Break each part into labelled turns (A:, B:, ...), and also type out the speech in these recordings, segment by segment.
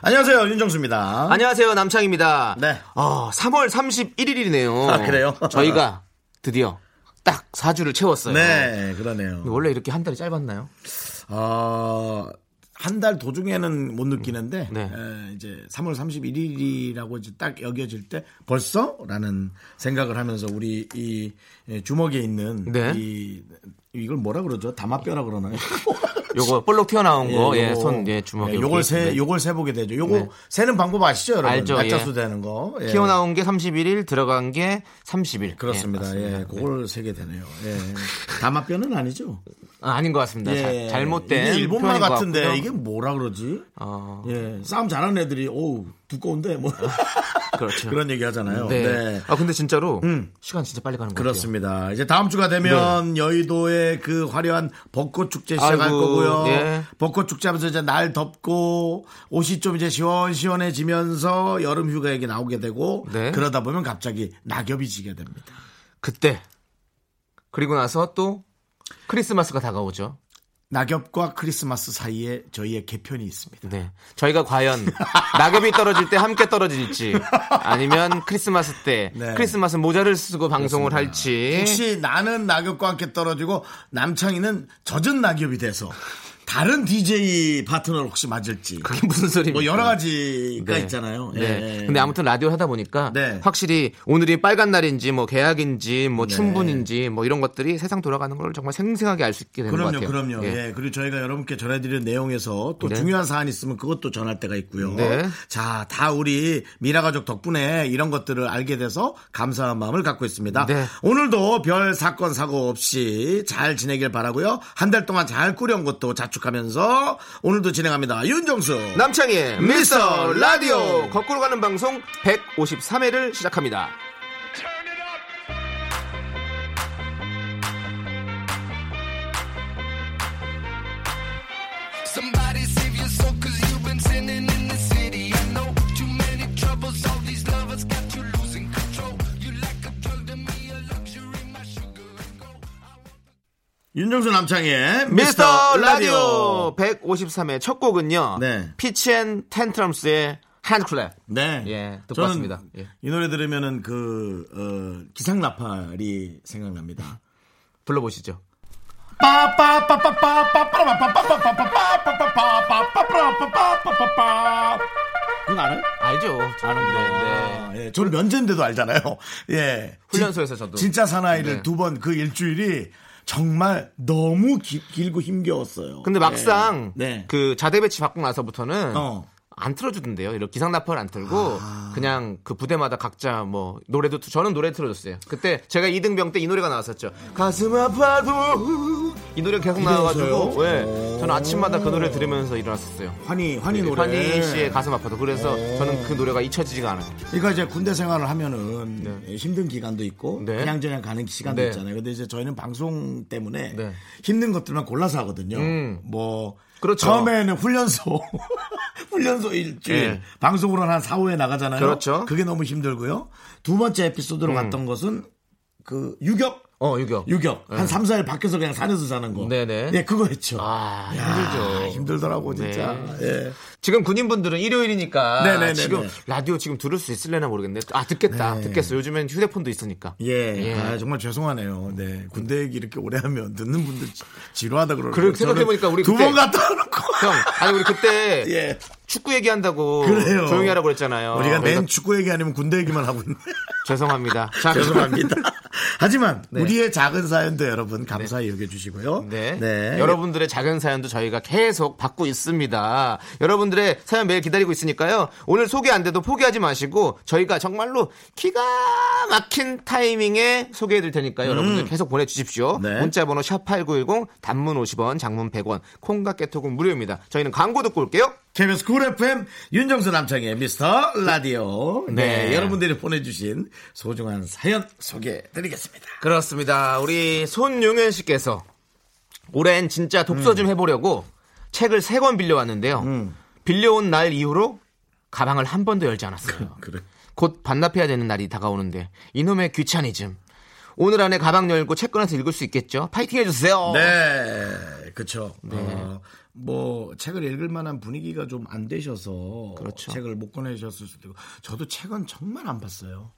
A: 안녕하세요 윤정수입니다.
B: 어? 안녕하세요 남창입니다.
A: 네.
B: 어, 3월 31일이네요.
A: 아, 그래요?
B: 저희가 드디어 딱 4주를 채웠어요.
A: 네 그러네요.
B: 근데 원래 이렇게 한 달이 짧았나요?
A: 아, 한 달 도중에는 못 느끼는데
B: 네.
A: 에, 이제 3월 31일이라고 이제 딱 여겨질 때 벌써라는 생각을 하면서 우리 이, 이 주먹에 있는
B: 네.
A: 이 이걸 뭐라 그러죠? 담합뼈라 그러나요?
B: 요거 볼록 튀어나온 거,
A: 예,
B: 예,
A: 요거.
B: 손, 예, 주먹에.
A: 예, 요걸 세 요걸 세 보게 되죠. 요거
B: 네.
A: 세는 방법 아시죠, 여러분?
B: 알죠,
A: 날짜
B: 예.
A: 수 되는 거. 예.
B: 튀어나온 게 31일, 들어간 게 30일.
A: 그렇습니다. 예, 그걸 세게 되네요. 예. 담합뼈는 아니죠?
B: 아, 아닌 것 같습니다. 자- 잘못된.
A: 예, 이게 일본말
B: 표현인 것
A: 같은데
B: 같고요.
A: 이게 뭐라 그러지?
B: 어,
A: 예, 싸움 잘하는 애들이 어우 두꺼운데 뭐
B: 그렇죠.
A: 그런 얘기 하잖아요.
B: 네.
A: 네. 음.
B: 아, 그렇죠. 근데 진짜로 시간 진짜 빨리 가는 것
A: 그렇습니다. 이제 다음 주가 되면 여의도의 그 화려한 벚꽃 축제 시작할
B: 네. 아이고,
A: 거고요.
B: 예.
A: 벚꽃 축제 하면서 이제 날 덥고 옷이 좀 이제 시원시원해지면서 여름 휴가 얘기 나오게 되고
B: 네.
A: 그러다 보면 갑자기 낙엽이 지게 됩니다.
B: 같아요. 그때. 그리고 나서 또 크리스마스가 다가오죠.
A: 낙엽과 크리스마스 사이에 저희의 개편이 있습니다.
B: 네. 저희가 과연 낙엽이 떨어질 때 함께 떨어질지 아니면 크리스마스 때
A: 네.
B: 크리스마스 모자를 쓰고 방송을 할지
A: 혹시 나는 낙엽과 함께 떨어지고 남창희는 젖은 낙엽이 돼서 다른 DJ 파트너를 혹시 맞을지
B: 그게 무슨 소리입니까?
A: 뭐 여러 가지가
B: 네.
A: 있잖아요.
B: 네.
A: 예.
B: 근데 아무튼 라디오 하다 보니까
A: 네.
B: 확실히 오늘이 빨간 날인지 뭐 계약인지 뭐 춘분인지 뭐 이런 것들이 세상 돌아가는 걸 정말 생생하게 알 수 있게 되는 것
A: 그럼요,
B: 같아요.
A: 그럼요.
B: 예.
A: 예. 그리고 저희가 여러분께 전해드린 내용에서 또
B: 네.
A: 중요한 사안 이 있으면 그것도 전할 때가 있고요.
B: 네.
A: 자, 다 우리 미라 가족 덕분에 이런 것들을 알게 돼서 감사한 마음을 갖고 있습니다.
B: 네.
A: 오늘도 별 사건 사고 없이 잘 지내길 바라고요. 한 달 동안 잘 꾸려온 것도 자축하면서 오늘도 진행합니다. 윤정수.
B: 남창희의 미스터
A: 미스터
B: 라디오
A: 라디오.
B: 거꾸로 가는 방송 153회를 시작합니다.
C: Somebody save your soul cause you've been sinning in the city. I know too many troubles, all these lovers got you losing control. You like a drug to me, a luxury, my sugar and gold.
A: 윤정수 남창의
B: 미스터 라디오 153회 첫 곡은요.
A: 네.
B: 피치앤 텐트럼스의 핸드클랩.
A: 네.
B: 예, 듣고
A: 저는
B: 왔습니다. 예.
A: 이 노래 들으면은 그, 어, 기상나팔이 생각납니다.
B: 불러보시죠.
A: 그건 알아요?
B: 알죠. 아는데. 네.
A: 예, 저는 면제인데도 알잖아요. 예.
B: 훈련소에서
A: 진-
B: 저도.
A: 진짜 사나이를
B: 네.
A: 두 번 그 일주일이 정말 너무 기- 길고 힘겨웠어요.
B: 근데 막상
A: 예. 네.
B: 그 자대 배치 받고 나서부터는
A: 어. 아.
B: 안 틀어주던데요. 이렇게 기상 나팔 안 틀고 그냥 그 부대마다 각자 뭐 노래도 틀- 저는 노래 틀어줬어요. 그때 제가 2등병 때 이 노래가 나왔었죠. 가슴 아파도 이 노래 계속 나와가지고
A: 그래서요?
B: 예,
A: 오.
B: 저는 아침마다 그 노래 들으면서 일어났었어요.
A: 환희, 환희
B: 네,
A: 노래.
B: 환희 씨의 가슴 아파도 그래서 저는 그 노래가 잊혀지지가 않아요.
A: 그러니까 이제 군대 생활을 하면은 예, 힘든 기간도 있고
B: 네.
A: 그냥 저냥 가는 시간도
B: 네.
A: 있잖아요. 근데 이제 저희는 방송 때문에
B: 네.
A: 힘든 것들만 골라서 하거든요.
B: 음.
A: 뭐
B: 그렇죠.
A: 처음에는 훈련소 훈련소 일주일
B: 네.
A: 방송으로 한 4, 5회 나가잖아요.
B: 그렇죠. 음.
A: 그게 너무 힘들고요. 두 번째 에피소드로 갔던 것은 그 유격
B: 어, 유격.
A: 유격 한 3, 4일 밖에서 그냥 산에서 사는 거.
B: 네네.
A: 예, 그거 했죠.
B: 아,
A: 야,
B: 힘들죠. 네.
A: 힘들더라고 진짜. 예.
B: 지금 군인분들은 일요일이니까
A: 네네네네.
B: 지금 라디오 지금 들을 수 있을려나 모르겠네. 아, 듣겠다.
A: 네.
B: 듣겠어. 요즘엔 휴대폰도 있으니까.
A: 예,
B: 예.
A: 아, 정말 죄송하네요. 네, 군대 얘기 이렇게 오래 하면 듣는 분들 지- 지루하다 그러고.
B: 그래, 생각해보니까 우리 그때-
A: 두번 갔다 놓고.
B: 형, 아니 우리 그때
A: 예.
B: 축구 얘기한다고
A: 그래요.
B: 조용히 하라고 그랬잖아요.
A: 우리가
B: 그러니까
A: 맨 축구 얘기 아니면 군대 얘기만 하고 있네.
B: 아, 죄송합니다. 자,
A: 죄송합니다. 하지만 우리의 작은 사연도 여러분 감사히 여겨주시고요.
B: 네. 여러분들의 작은 사연도 저희가 계속 받고 있습니다. 여러분들의 사연 매일 기다리고 있으니까요. 오늘 소개 안 돼도 포기하지 마시고 저희가 정말로 기가 막힌 타이밍에 소개해 드릴 테니까요. 여러분들 계속 보내 주십시오.
A: 음. 네.
B: 문자 번호 샵 8910 단문 50원, 장문 100원. 콩과 깨톡은 무료입니다. 저희는 광고 듣고 올게요.
A: KBS 쿨 FM 윤정수 남창의 미스터 라디오. 네.
B: 네.
A: 여러분들이 보내주신 소중한 사연 소개해드리겠습니다.
B: 그렇습니다. 우리 손용현 씨께서 올해는 진짜 독서 좀 해보려고 책을 세 권 빌려왔는데요. 빌려온 날 이후로 가방을 한 번도 열지 않았어요.
A: 그래.
B: 곧 반납해야 되는 날이 다가오는데 이놈의 귀차니즘. 오늘 안에 가방 열고 책 꺼내서 읽을 수 있겠죠? 파이팅 해주세요.
A: 네, 그렇죠. 어, 뭐 책을 읽을 만한 분위기가 좀 안 되셔서
B: 그렇죠.
A: 책을 못 꺼내셨을 수도 있고 저도 책은 정말 안 봤어요.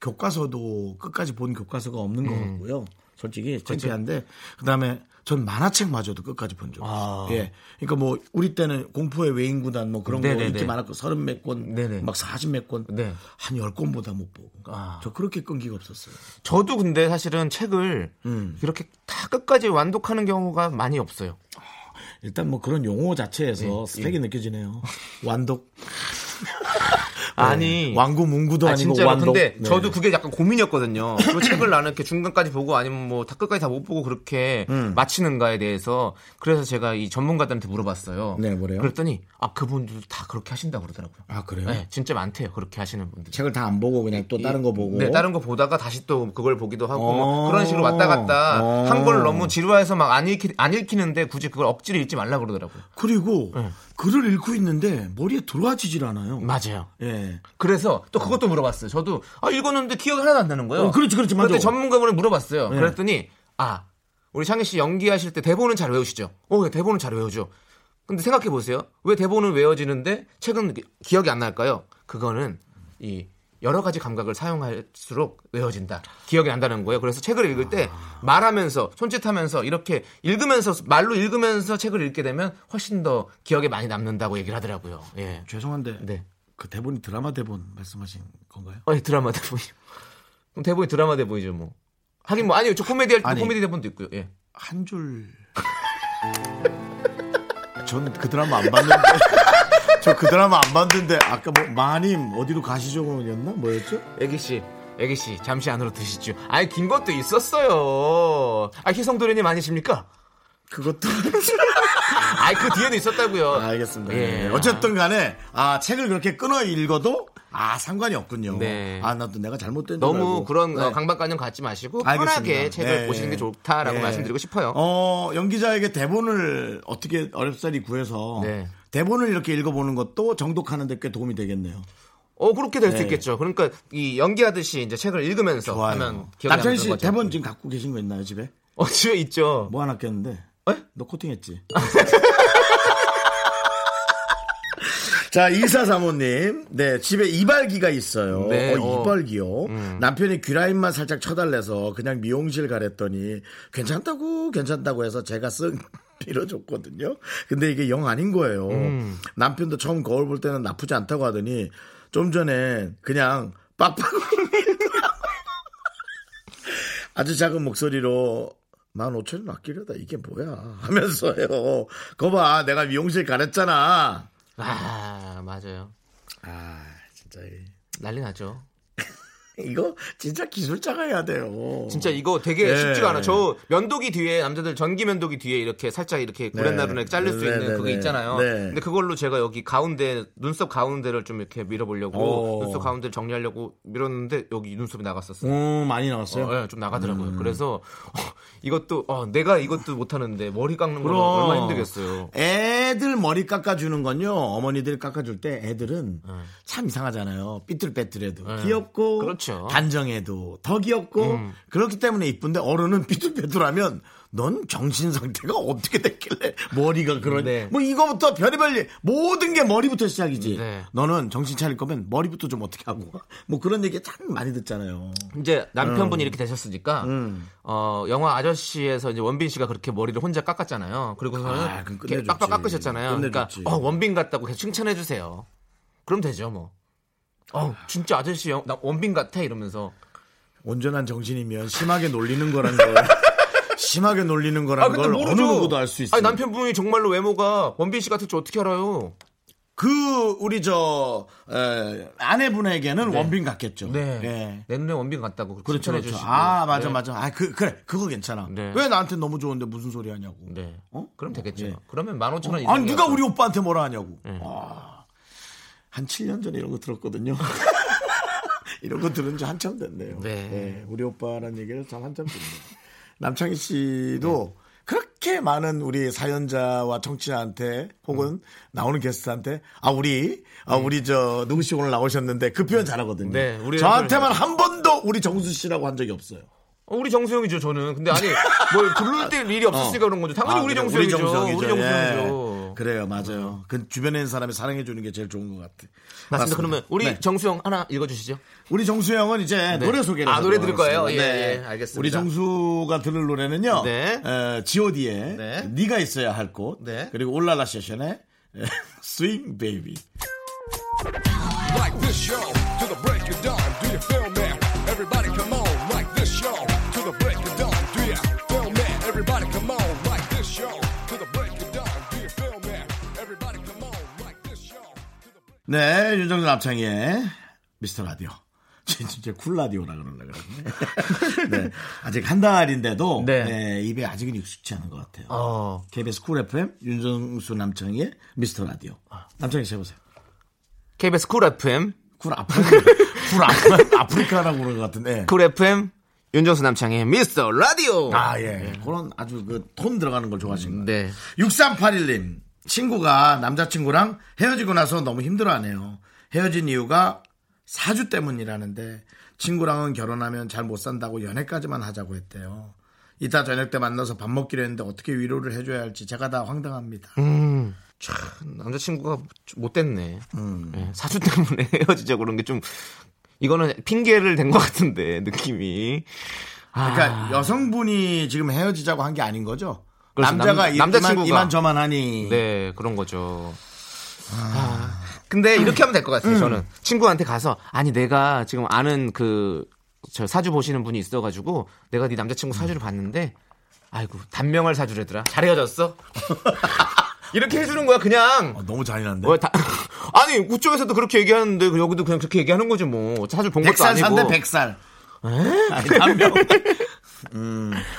A: 교과서도 끝까지 본 교과서가 없는
B: 음.
A: 것 같고요. 솔직히 창피한데 그다음에 전 만화책마저도 끝까지 본 적 없어요.
B: 아.
A: 예, 그러니까 뭐 우리 때는 공포의 외인구단 뭐 그런 거
B: 네네네.
A: 읽기 많았고 서른 몇 권,
B: 네네.
A: 막 사십 몇 권,
B: 네.
A: 한 열 권보다 못 보고
B: 아.
A: 저 그렇게 끈기가 없었어요.
B: 저도 근데 사실은 책을 이렇게 다 끝까지 완독하는 경우가 많이 없어요.
A: 일단 뭐 그런 용어 자체에서
B: 예,
A: 스펙이 느껴지네요. 완독. 네.
B: 아니
A: 왕구 문구도
B: 아,
A: 아니고
B: 진짜로
A: 완독.
B: 근데
A: 네.
B: 저도 그게 약간 고민이었거든요. 그 책을 나는 이렇게 중간까지 보고 아니면 뭐 다 끝까지 다 못 보고 그렇게
A: 음.
B: 마치는가에 대해서 그래서 제가 이 전문가들한테 물어봤어요.
A: 네, 뭐래요?
B: 그랬더니 아 그분들도 다 그렇게 하신다 고 그러더라고요.
A: 아 그래요?
B: 네, 진짜 많대요. 그렇게 하시는 분들.
A: 책을 다 안 보고 그냥 또 다른 거 보고.
B: 네, 다른 거 보다가 다시 또 그걸 보기도 하고
A: 어.
B: 뭐 그런 식으로 왔다 갔다
A: 어.
B: 한 걸 너무 지루해서 막 안 읽히, 안 읽히는데 굳이 그걸 억지로 읽지 말라 그러더라고요.
A: 그리고
B: 네.
A: 글을 읽고 있는데 머리에 들어와지질 않아요.
B: 맞아요.
A: 예.
B: 그래서 또 그것도 물어봤어요. 저도 아 읽었는데 기억이 하나도 안 나는 거예요.
A: 어, 그렇지, 그렇지, 맞아. 네.
B: 그때 전문가분을 물어봤어요. 그랬더니 아 우리 창희 씨 연기하실 때 대본은 잘 외우시죠? 어, 예, 대본은 잘 외우죠. 근데 생각해 보세요. 왜 대본은 외워지는데 책은 기- 기억이 안 날까요? 그거는 이 여러 가지 감각을 사용할수록 외워진다. 기억이 난다는 거예요. 그래서 책을 읽을 때 말하면서 손짓하면서 이렇게 읽으면서 말로 읽으면서 책을 읽게 되면 훨씬 더 기억에 많이 남는다고 얘기를 하더라고요. 예.
A: 죄송한데
B: 네.
A: 그 대본이 드라마 대본 말씀하신 건가요?
B: 아니 드라마 대본이요. 그럼 대본이 드라마 대본이죠 뭐. 하긴 뭐 아니요 저 코미디 할 때
A: 아니.
B: 코미디 대본도 있고요. 예.
A: 한 줄. 전 그 드라마 안 봤는데. 저 그 드라마 안 봤는데 아까 뭐 마님 어디로 가시죠였나 뭐였죠?
B: 애기 씨, 애기 씨 잠시 안으로 드시죠. 아니 긴 것도 있었어요. 아 희성 도련님 아니십니까?
A: 그것도
B: 아이 그 뒤에도 있었다고요.
A: 아, 알겠습니다.
B: 예.
A: 예. 어쨌든 간에 아 책을 그렇게 끊어 읽어도 아 상관이 없군요.
B: 네.
A: 아 나도 내가 잘못된 줄
B: 너무
A: 알고.
B: 그런
A: 네.
B: 어, 강박관념 갖지 마시고
A: 알겠습니다.
B: 편하게 책을
A: 예.
B: 보시는 게 좋다라고
A: 예.
B: 말씀드리고 싶어요.
A: 어 연기자에게 대본을 어떻게 어렵사리 구해서
B: 네.
A: 대본을 이렇게 읽어보는 것도 정독하는데 꽤 도움이 되겠네요.
B: 어 그렇게 될 수
A: 네.
B: 있겠죠. 그러니까 이 연기하듯이 이제 책을 읽으면서 하면
A: 좋아요.
B: 기억이
A: 남창희
B: 남는
A: 씨
B: 거죠.
A: 대본 지금 갖고 계신 거 있나요 집에?
B: 어 집에 있죠.
A: 뭐 하나 꼈는데?
B: 에?
A: 너 코팅했지? 자, 이사사모님. 네, 집에 이발기가 있어요.
B: 네,
A: 어,
B: 어.
A: 이발기요. 남편이 귀라인만 살짝 쳐달래서 그냥 미용실 가랬더니 괜찮다고, 괜찮다고 해서 제가 쓱 빌어줬거든요. 근데 이게 영 아닌 거예요. 남편도 처음 거울 볼 때는 나쁘지 않다고 하더니 좀 전에 그냥 빡빡 아주 작은 목소리로 15,000원 아끼려다 이게 뭐야 하면서요. 거봐 내가 미용실 가랬잖아.
B: 아 맞아요.
A: 아 진짜 이-
B: 난리 나죠.
A: 이거 진짜 기술자가 해야 돼요.
B: 진짜 이거 되게
A: 네.
B: 쉽지가 않아. 저 면도기 뒤에 남자들 전기 면도기 뒤에 이렇게 살짝 이렇게 구렛나루에 자를 수
A: 네,
B: 있는
A: 네,
B: 그게
A: 네.
B: 있잖아요.
A: 네.
B: 근데 그걸로 제가 여기 가운데 눈썹 가운데를 좀 이렇게 밀어보려고
A: 오.
B: 눈썹 가운데를 정리하려고 밀었는데 여기 눈썹이 나갔었어요.
A: 음, 많이 나왔어요.
B: 어, 예, 좀 나가더라고요. 그래서 어, 이것도 어, 내가 이것도 못하는데 머리 깎는 거
A: 그럼.
B: 얼마나 힘들겠어요.
A: 애들 머리 깎아주는 건요. 어머니들이 깎아줄 때 애들은 참 이상하잖아요. 삐뚤빼뚤해도 귀엽고
B: 네. 그렇죠. 음.
A: 단정해도 더 귀엽고 그렇기 때문에 이쁜데 어른은 삐뚤빼뚤하면 넌 정신 상태가 어떻게 됐길래 머리가 그러니
B: 네.
A: 뭐 이거부터 별의별 일, 모든 게 머리부터 시작이지.
B: 네.
A: 너는 정신 차릴 거면 머리부터 좀 어떻게 하고 와. 뭐 그런 얘기 참 많이 듣잖아요.
B: 이제 남편분이
A: 음.
B: 이렇게 되셨으니까 어 영화 아저씨에서 이제 원빈 씨가 그렇게 머리를 혼자 깎았잖아요. 그리고서는
A: 아, 그럼
B: 이렇게
A: 끝내줬지.
B: 빡빡 깎으셨잖아요. 그러니까
A: 끝내줬지.
B: 어, 원빈 같다고 계속 칭찬해 주세요. 그럼 되죠 뭐. 어 진짜 아저씨 영- 나 원빈 같아 이러면서
A: 온전한 정신이면 심하게 놀리는 거란 걸 심하게
B: 아,
A: 아, 놀리는 거란 걸 어느 누구도 알 수 있어요.
B: 아니, 남편분이 정말로 외모가 원빈 씨 같을 줄 어떻게 알아요?
A: 그 우리 저 에, 아내분에게는 원빈 같겠죠.
B: 네.
A: 네.
B: 내 눈에 원빈 같다고 그렇게
A: 그렇죠,
B: 칭찬해
A: 그렇죠.
B: 주시고.
A: 아, 맞아,
B: 네.
A: 맞아. 아, 그 그래, 그거 괜찮아.
B: 네.
A: 왜 나한테 너무 좋은데 무슨 소리 하냐고.
B: 네.
A: 어?
B: 그럼 되겠죠.
A: 예.
B: 그러면 15,000원 이상.
A: 아니, 네가 우리 오빠한테 뭐라 하냐고. 아, 한 7년 전에 이런 거 들었거든요. 이런 거 들은 지 한참 됐네요. 예,
B: 네.
A: 우리 오빠라는 얘기를 참 한참 듣네요. 남창희 씨도 그렇게 많은 우리 사연자와 청취자한테 혹은 나오는 게스트한테 아 우리 아 우리 저 누구 씨 오늘 나오셨는데 그 표현 잘하거든요.
B: 네, 우리
A: 저한테만 한 번도 우리 정수 씨라고 한 적이 없어요.
B: 어, 우리 정수영이죠, 저는. 근데 아니, 뭘 부를 때 일이 없었으니까 어. 그런 건데. 당연히
A: 아,
B: 우리
A: 그래요?
B: 정수영이죠.
A: 우리
B: 우리
A: 정수영이죠. 예.
B: 정수영이죠. 어.
A: 그래요, 맞아요. 그 주변에 있는 사람이 사랑해 주는 게 제일 좋은 것 같아.
B: 맞습니다. 그러면 우리
A: 네.
B: 정수영 하나 읽어주시죠.
A: 우리 정수영은 이제 노래 소개를
B: 아, 노래
A: 하도록
B: 들을 거예요?
A: 하겠습니다. 네.
B: 예, 예, 알겠습니다.
A: 우리 정수가 들을 노래는요.
B: 네.
A: 에, G.O.D의
B: 네.
A: 네. 가 있어야 할 곳.
B: 네.
A: 그리고 올라라 세션의 스윙 베이비.
C: Like this show to the break of dawn. Do you feel me? Everybody come on. Like this show to the break of dawn. Do you feel me? Everybody come on. Like this show to the break of dawn. Do you feel me? Everybody come on. Like this show. to the break-
A: 네, 윤정수 남창의 미스터 라디오. 진짜 쿨 라디오라 그러려고 그러네. 네, 아직 한 달인데도
B: 네.
A: 네, 입에 아직은 익숙치 않은 것 같아요.
B: 어.
A: KBS 쿨 FM 윤정수 남창의 미스터 라디오. 남창희 씨 해보세요.
B: KBS 쿨 FM,
A: 쿨 아프리카, 쿨 아프리카, 아프리카라고 그러는 것 같은데.
B: 쿨 FM, 윤정수 남창의 미스터 라디오.
A: 아, 예. 그런 아주 그 톤 들어가는 걸 좋아하시는 거예요.
B: 네.
A: 6381님. 친구가 남자친구랑 헤어지고 나서 너무 힘들어하네요. 헤어진 이유가 사주 때문이라는데 친구랑은 결혼하면 잘 못 산다고 연애까지만 하자고 했대요. 이따 저녁 때 만나서 밥 먹기로 했는데 어떻게 위로를 해줘야 할지 제가 다 황당합니다.
B: 남자친구가 좀 못됐네. 예, 사주 때문에 헤어지자 그런 게 좀, 이거는 핑계를 댄 것 같은데, 느낌이.
A: 그러니까 여성분이 지금 헤어지자고 한 게 아닌 거죠?
B: 아. 그렇죠.
A: 남자가
B: 남-
A: 이만,
B: 남자친구가.
A: 이만 저만 하니
B: 네, 그런 거죠. 아, 근데 이렇게 하면 될 것 같아요. 저는 친구한테 가서 아니 내가 지금 아는 그 저 사주 보시는 분이 있어가지고 내가 네 남자친구 사주를 봤는데 아이고 단명할 사주래더라. 잘 헤어졌어. 이렇게 해주는 거야 그냥.
A: 어, 너무 잔인한데.
B: 어, 다- 아니 그쪽에서도 그렇게 얘기하는데 여기도 그냥 그렇게 얘기하는 거지 뭐 사주 본 것도
A: 백살
B: 아니고
A: 산대 백살. 아니, 남녀.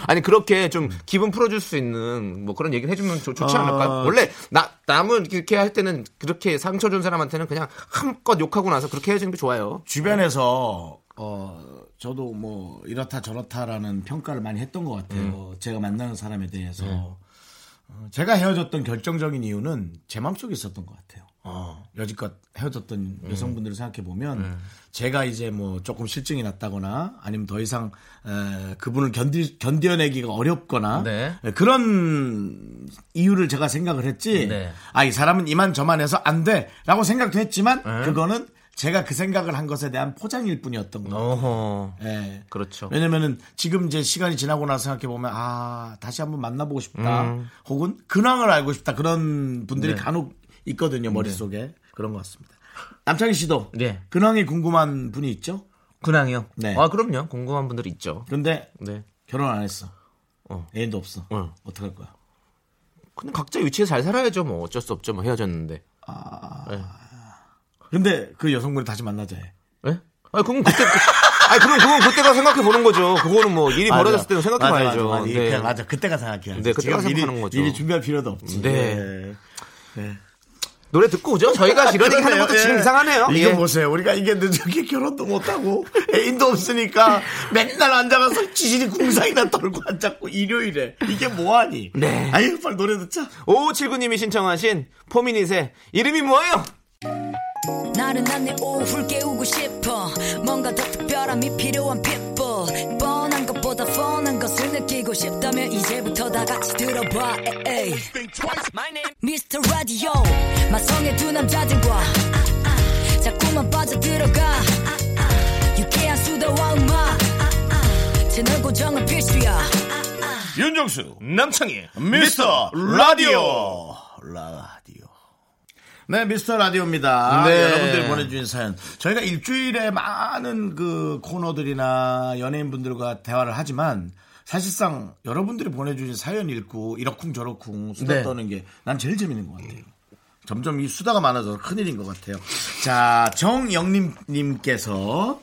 B: 아니 그렇게 좀 기분 풀어줄 수 있는 뭐 그런 얘기를 해주면 좋, 좋지
A: 음. 아.
B: 않을까? 원래 나 남은 이렇게 할 때는 그렇게 상처 준 사람한테는 그냥 한껏 욕하고 나서 그렇게 해주는 게 좋아요.
A: 주변에서 어 저도 뭐 이렇다 저렇다라는 평가를 많이 했던 것 같아요.
B: 음.
A: 제가 만나는 사람에 대해서
B: 네.
A: 어, 제가 헤어졌던 결정적인 이유는 제 마음속에 있었던 것 같아요.
B: 어.
A: 여지껏 헤어졌던
B: 음.
A: 여성분들을 생각해 보면
B: 네.
A: 제가 이제 뭐 조금 실증이 났다거나 아니면 더 이상 에, 그분을 견디, 견뎌내기가 어렵거나
B: 네.
A: 에, 예, 그런 이유를 제가 생각을 했지
B: 네.
A: 아 이 사람은 이만 저만 해서 안 돼라고 생각도 했지만
B: 네.
A: 그거는 제가 그 생각을 한 것에 대한 포장일 뿐이었던 거예요.
B: 어허.
A: 예.
B: 그렇죠.
A: 왜냐면은 지금 이제 시간이 지나고 나서 생각해 보면 아 다시 한번 만나보고 싶다
B: 음.
A: 혹은 근황을 알고 싶다 그런 분들이
B: 네.
A: 간혹 있거든요 머릿속에 그런 것 같습니다 남창희 씨도
B: 네.
A: 근황이 궁금한 분이 있죠
B: 근황이요.
A: 네.
B: 아 그럼요. 궁금한 분들 있죠.
A: 근데
B: 네.
A: 결혼 안 했어
B: 어.
A: 애인도 없어
B: 어.
A: 어떡할 거야
B: 근데 각자 위치에 잘 살아야죠. 뭐 어쩔 수 없죠. 뭐 헤어졌는데.
A: 근데 그 여성분을 다시 만나자 해
B: 예? 아니 그건 그때. 아니 그럼 그건 그때가 생각해 보는 거죠. 그거는 뭐 일이 벌어졌을 때는 생각해 봐야죠.
A: 맞아, 맞아. 그때, 맞아. 그때가 생각해야지
B: 네, 그때가
A: 지금 미리-
B: 생각하는 거죠.
A: 미리 준비할 필요도 없지
B: 네.
A: 예.
B: 노래 듣고 오죠. 저희가 이런 얘기 하는
A: 그러네요.
B: 것도 지금
A: 예.
B: 이상하네요.
A: 이거
B: 예.
A: 보세요. 우리가 이게 늦게 결혼도 못하고 애인도 없으니까 맨날 앉아가서 지진이 궁상이나 떨고 앉았고 일요일에 이게 뭐하니?
B: 네.
A: 아유 빨리 노래 듣자.
B: 5579님이 신청하신 포미닛의 이름이 뭐예요?
D: 나른한 내 오후를 깨우고 싶어 뭔가 더 특별함이 필요한 people 뻔한 것보다 뻔한 것을 느끼고 싶다면 이제부터 다 같이 들어봐 에이. Mr. Radio 마성의 두 남자들과 자꾸만 빠져들어가 유쾌한 수다와 음악 채널 고정은 필수야
A: 윤정수 남창희 미스터 라디오 라디오. 네, 미스터 라디오입니다.
B: 네.
A: 여러분들이 보내주신 사연. 저희가 일주일에 많은 그 코너들이나 연예인분들과 대화를 하지만 사실상 여러분들이 보내주신 사연 읽고 이러쿵저러쿵 수다
B: 네.
A: 떠는 게 난 제일 재밌는 것 같아요. 점점 이 수다가 많아져서 큰일인 것 같아요. 자, 정영림님께서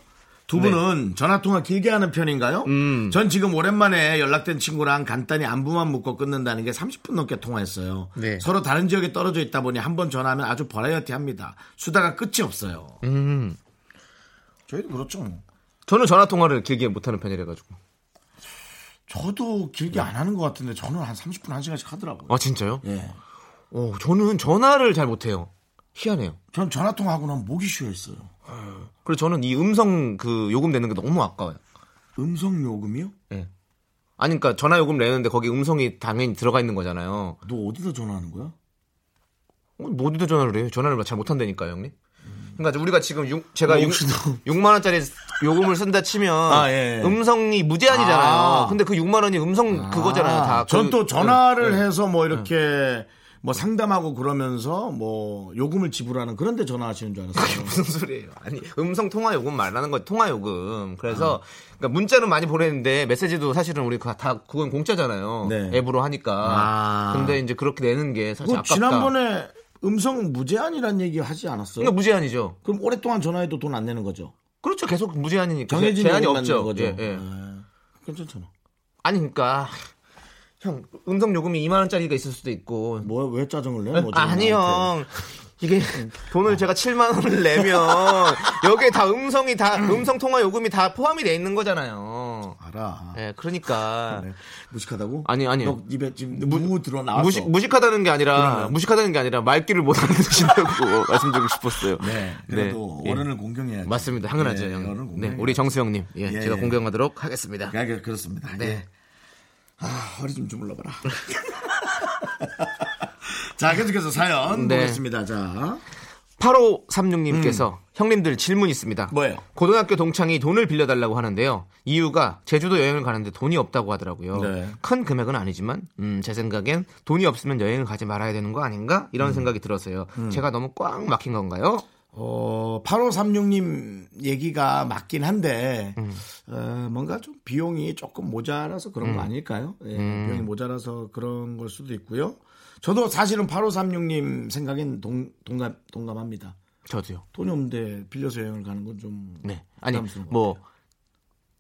A: 두 분은 전화통화 길게 하는 편인가요? 전 지금 오랜만에 연락된 친구랑 간단히 안부만 묻고 끊는다는 게 30분 넘게 통화했어요.
B: 네.
A: 서로 다른 지역에 떨어져 있다 보니 한 번 전화하면 아주 버라이어티 합니다. 수다가 끝이 없어요. 저희도 그렇죠. 뭐.
B: 저는 전화 통화를 길게 못하는 편이라 가지고.
A: 저도 길게 안 하는 것 같은데 저는 한 30분, 1시간씩 하더라고요.
B: 아 진짜요?
A: 예.
B: 어, 저는 전화를 잘 못해요. 희한해요.
A: 전 전화통화하고 나면 목이 쉬어 있어요.
B: 그리고 저는 이 음성 그 요금 내는 게 너무 아까워요.
A: 음성 요금이요?
B: 예. 아니 그러니까 전화 요금 내는데 거기 음성이 당연히 들어가 있는 거잖아요.
A: 너 어디다 전화하는 거야?
B: 어, 모두들 전화를 해요. 전화를 잘 못한다니까요, 형님. 그러니까 우리가 지금 육- 제가
A: 뭐
B: 육
A: 혹시나-
B: 6만 원짜리 요금을 쓴다 치면
A: 아, 예, 예.
B: 음성이 무제한이잖아요.
A: 아.
B: 근데 그 6만 원이 음성 그거잖아요, 다.
A: 전
B: 그- 네.
A: 또 전화를 해서 뭐 이렇게 뭐 상담하고 그러면서 뭐 요금을 지불하는 그런데 전화하시는 줄 알았어요.
B: 무슨 소리예요? 아니 음성 통화 요금 말하는 거 통화 요금. 그래서 그러니까 문자는 많이 보내는데 메시지도 사실은 우리 그다 그건 공짜잖아요.
A: 네.
B: 앱으로 하니까.
A: 아.
B: 근데 이제 그렇게 내는 게 사실
A: 그
B: 아깝다.
A: 지난번에 음성 무제한이란 얘기 하지 않았어요?
B: 그러니까 무제한이죠.
A: 그럼 오랫동안 전화해도 돈 안 내는 거죠?
B: 그렇죠. 계속 무제한이니까 제-
A: 정해진
B: 제한이
A: 요금만 내는
B: 없죠.
A: 거죠?
B: 예, 예.
A: 아, 괜찮잖아.
B: 아니 그러니까 형 음성 요금이 2만 원짜리가 있을 수도 있고.
A: 뭐 왜 짜증을 내? 뭐 지금
B: 아니 형 이게 돈을 제가 7만 원을 내면 여기에 다 음성이 다 음성 통화 요금이 다 포함이 돼 있는 거잖아요.
A: 나한테. 알아.
B: 예, 그러니까
A: 그래. 무식하다고?
B: 아니, 아니요.
A: 너 입에 지금 무, 들어 나왔어.
B: 무식, 무식하다는 게 아니라 무식하다는 게 아니라 말귀를 못 알아듣신다고 말씀드리고 싶었어요.
A: 네. 그래도
B: 네.
A: 어른을 공경해야지.
B: 맞습니다. 당연하죠,
A: 네, 어른을
B: 형. 네,
A: 공경해야지.
B: 우리 정수형님, 예,
A: 예,
B: 제가
A: 예.
B: 공경하도록 하겠습니다.
A: 아, 그- 그렇습니다.
B: 네.
A: 예. 아, 허리 좀 주물러봐라. 자, 계속해서 사연
B: 네.
A: 보겠습니다. 자,
B: 8536님께서 형님들 질문 있습니다.
A: 뭐예요?
B: 고등학교 동창이 돈을 빌려달라고 하는데요. 이유가 제주도 여행을 가는데 돈이 없다고 하더라고요.
A: 네.
B: 큰 금액은 아니지만 음, 제 생각엔 돈이 없으면 여행을 가지 말아야 되는 거 아닌가 이런 생각이 들어서요. 제가 너무 꽉 막힌 건가요?
A: 어, 8536님 얘기가 맞긴 한데, 어, 뭔가 좀 비용이 조금 모자라서 그런 거 아닐까요? 예, 비용이 모자라서 그런 걸 수도 있고요. 저도 사실은 8536님 생각엔 동, 동감, 동감합니다.
B: 저도요.
A: 돈이 없는데 빌려서 여행을 가는 건 좀
B: 네. 아니
A: 부담스러운 그 것
B: 뭐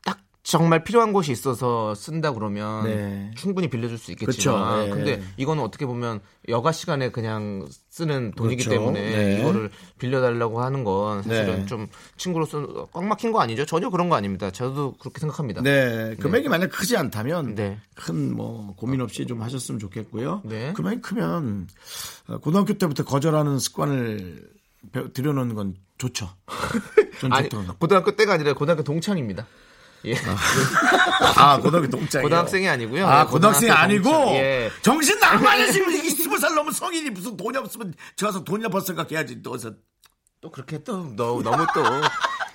B: 딱 정말 필요한 곳이 있어서 쓴다 그러면
A: 네.
B: 충분히 빌려줄 수
A: 그쵸,
B: 있겠지만
A: 네.
B: 근데 이거는 어떻게 보면 여가 시간에 그냥 쓰는 돈이기
A: 그렇죠.
B: 때문에
A: 네.
B: 이거를 빌려달라고 하는 건 사실은
A: 네.
B: 좀 친구로서 꽉 막힌 거 아니죠? 전혀 그런 거 아닙니다. 저도 그렇게 생각합니다.
A: 네. 금액이 만약 크지 않다면
B: 네.
A: 큰 뭐 고민 없이 좀 하셨으면 좋겠고요.
B: 네.
A: 금액이 크면 어, 고등학교 때부터 거절하는 습관을 배- 들여놓는 건 좋죠. 전
B: 아니
A: 좋더라고요.
B: 고등학교 때가 아니라 고등학교 동창입니다. 예.
A: 아, 고등학교 동창이요.
B: 고등학생이 아니고요.
A: 아, 고등학생이
B: 고등학교
A: 아니고
B: 동창. 예.
A: 정신 나가지면 이게 스무 살 넘은 성인이 무슨 돈이 없으면 저 가서 돈이 벌 생각해야지. 또 어서
B: 또 그렇게 또 너, 너무 또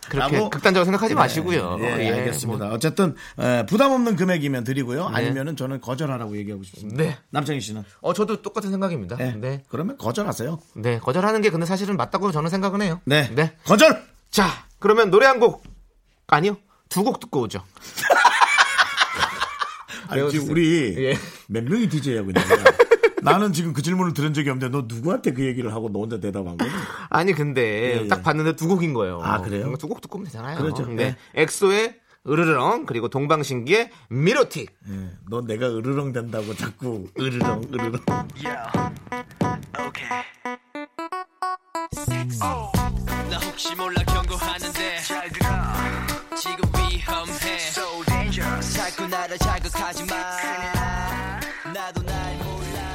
B: 그렇게
A: 라고?
B: 극단적으로 생각하지 마시고요.
A: 예,
B: 예,
A: 알겠습니다. 어쨌든 에, 부담 없는 금액이면 드리고요.
B: 네.
A: 아니면은 저는 거절하라고 얘기하고
B: 뭐,
A: 싶습니다.
B: 네.
A: 남창희 씨는
B: 어, 저도 똑같은 생각입니다.
A: 예.
B: 네.
A: 그러면 거절하세요.
B: 네, 거절하는 게 근데 사실은 맞다고 저는 생각은 해요.
A: 네. 거절.
B: 자, 그러면 노래 한 곡, 아니요. 두 곡 듣고 오죠.
A: 아니, 지금
B: 외웠어요.
A: 우리
B: 예.
A: 몇 명이 DJ 하고 있는 거야? 나는 지금 그 질문을 들은 적이 없는데 너 누구한테 그 얘기를 하고 너 혼자 대답한 거니?
B: 아니, 근데
A: 예, 예.
B: 딱 봤는데 두 곡인 거예요.
A: 아, 그래요?
B: 두 곡 듣고 오면 되잖아요.
A: 그렇죠.
B: 네. 엑소의 으르렁, 그리고 동방신기의 미로틱.
A: 예, 너 내가 으르렁 된다고 자꾸 으르렁 으르렁.
E: 나 혹시 몰라 경고하는데 지금 위험해 So dangerous 자꾸 나를 자극하지 마 나도 날 몰라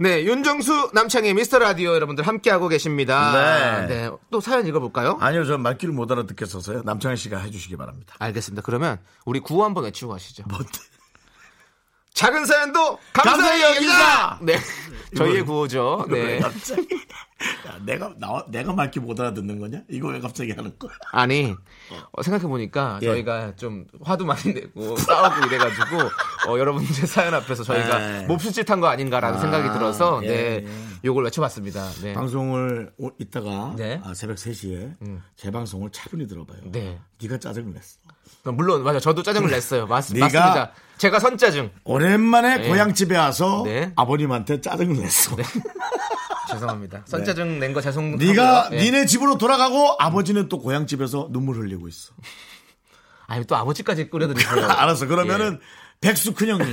B: 네, 윤정수 남창의 미스터 라디오 여러분들 함께하고 계십니다.
A: 네.
B: 또 사연 읽어볼까요?
A: 아니요, 전 말귀를 못 알아듣겠어서요. 남창희 씨가 해주시기 바랍니다.
B: 알겠습니다. 그러면 우리 구호 한번 외치고 가시죠.
A: 뭔데?
B: 작은 사연도
A: 감사의
B: 감사의
A: 여기다!
B: 여기다! 네. 저희의 구호죠. 네.
A: 왜 갑자기? 야, 내가 나, 내가 맑게 못 알아듣는 거냐? 이거 왜 갑자기 하는 거야?
B: 아니 어, 생각해보니까
A: 예.
B: 저희가 좀 화도 많이 내고 싸우고 이래가지고 어, 여러분들의 사연 앞에서 저희가
A: 예.
B: 몹쓸 짓한 거 아닌가라는
A: 아,
B: 생각이 들어서
A: 예,
B: 네
A: 예.
B: 요걸 외쳐봤습니다 네.
A: 방송을 오- 이따가
B: 네. 음.
A: 아, 새벽 3시에 재방송을 차분히 들어봐요.
B: 네.
A: 네가 짜증을 냈어.
B: 물론 맞아 저도 짜증을 냈어요 맞,
A: 음. 네가-
B: 습니다 제가 선짜증
A: 오랜만에
B: 네.
A: 고향집에 와서
B: 네.
A: 아버님한테 짜증을 냈어.
B: 죄송합니다 선짜증 낸 거 죄송합니다
A: 네. 네가
B: 네.
A: 니네 집으로 돌아가고 아버지는 또 고향집에서 눈물 흘리고 있어.
B: 아니 또 아버지까지 끌어들이세요
A: 알았어. 그러면은 백수 큰형님.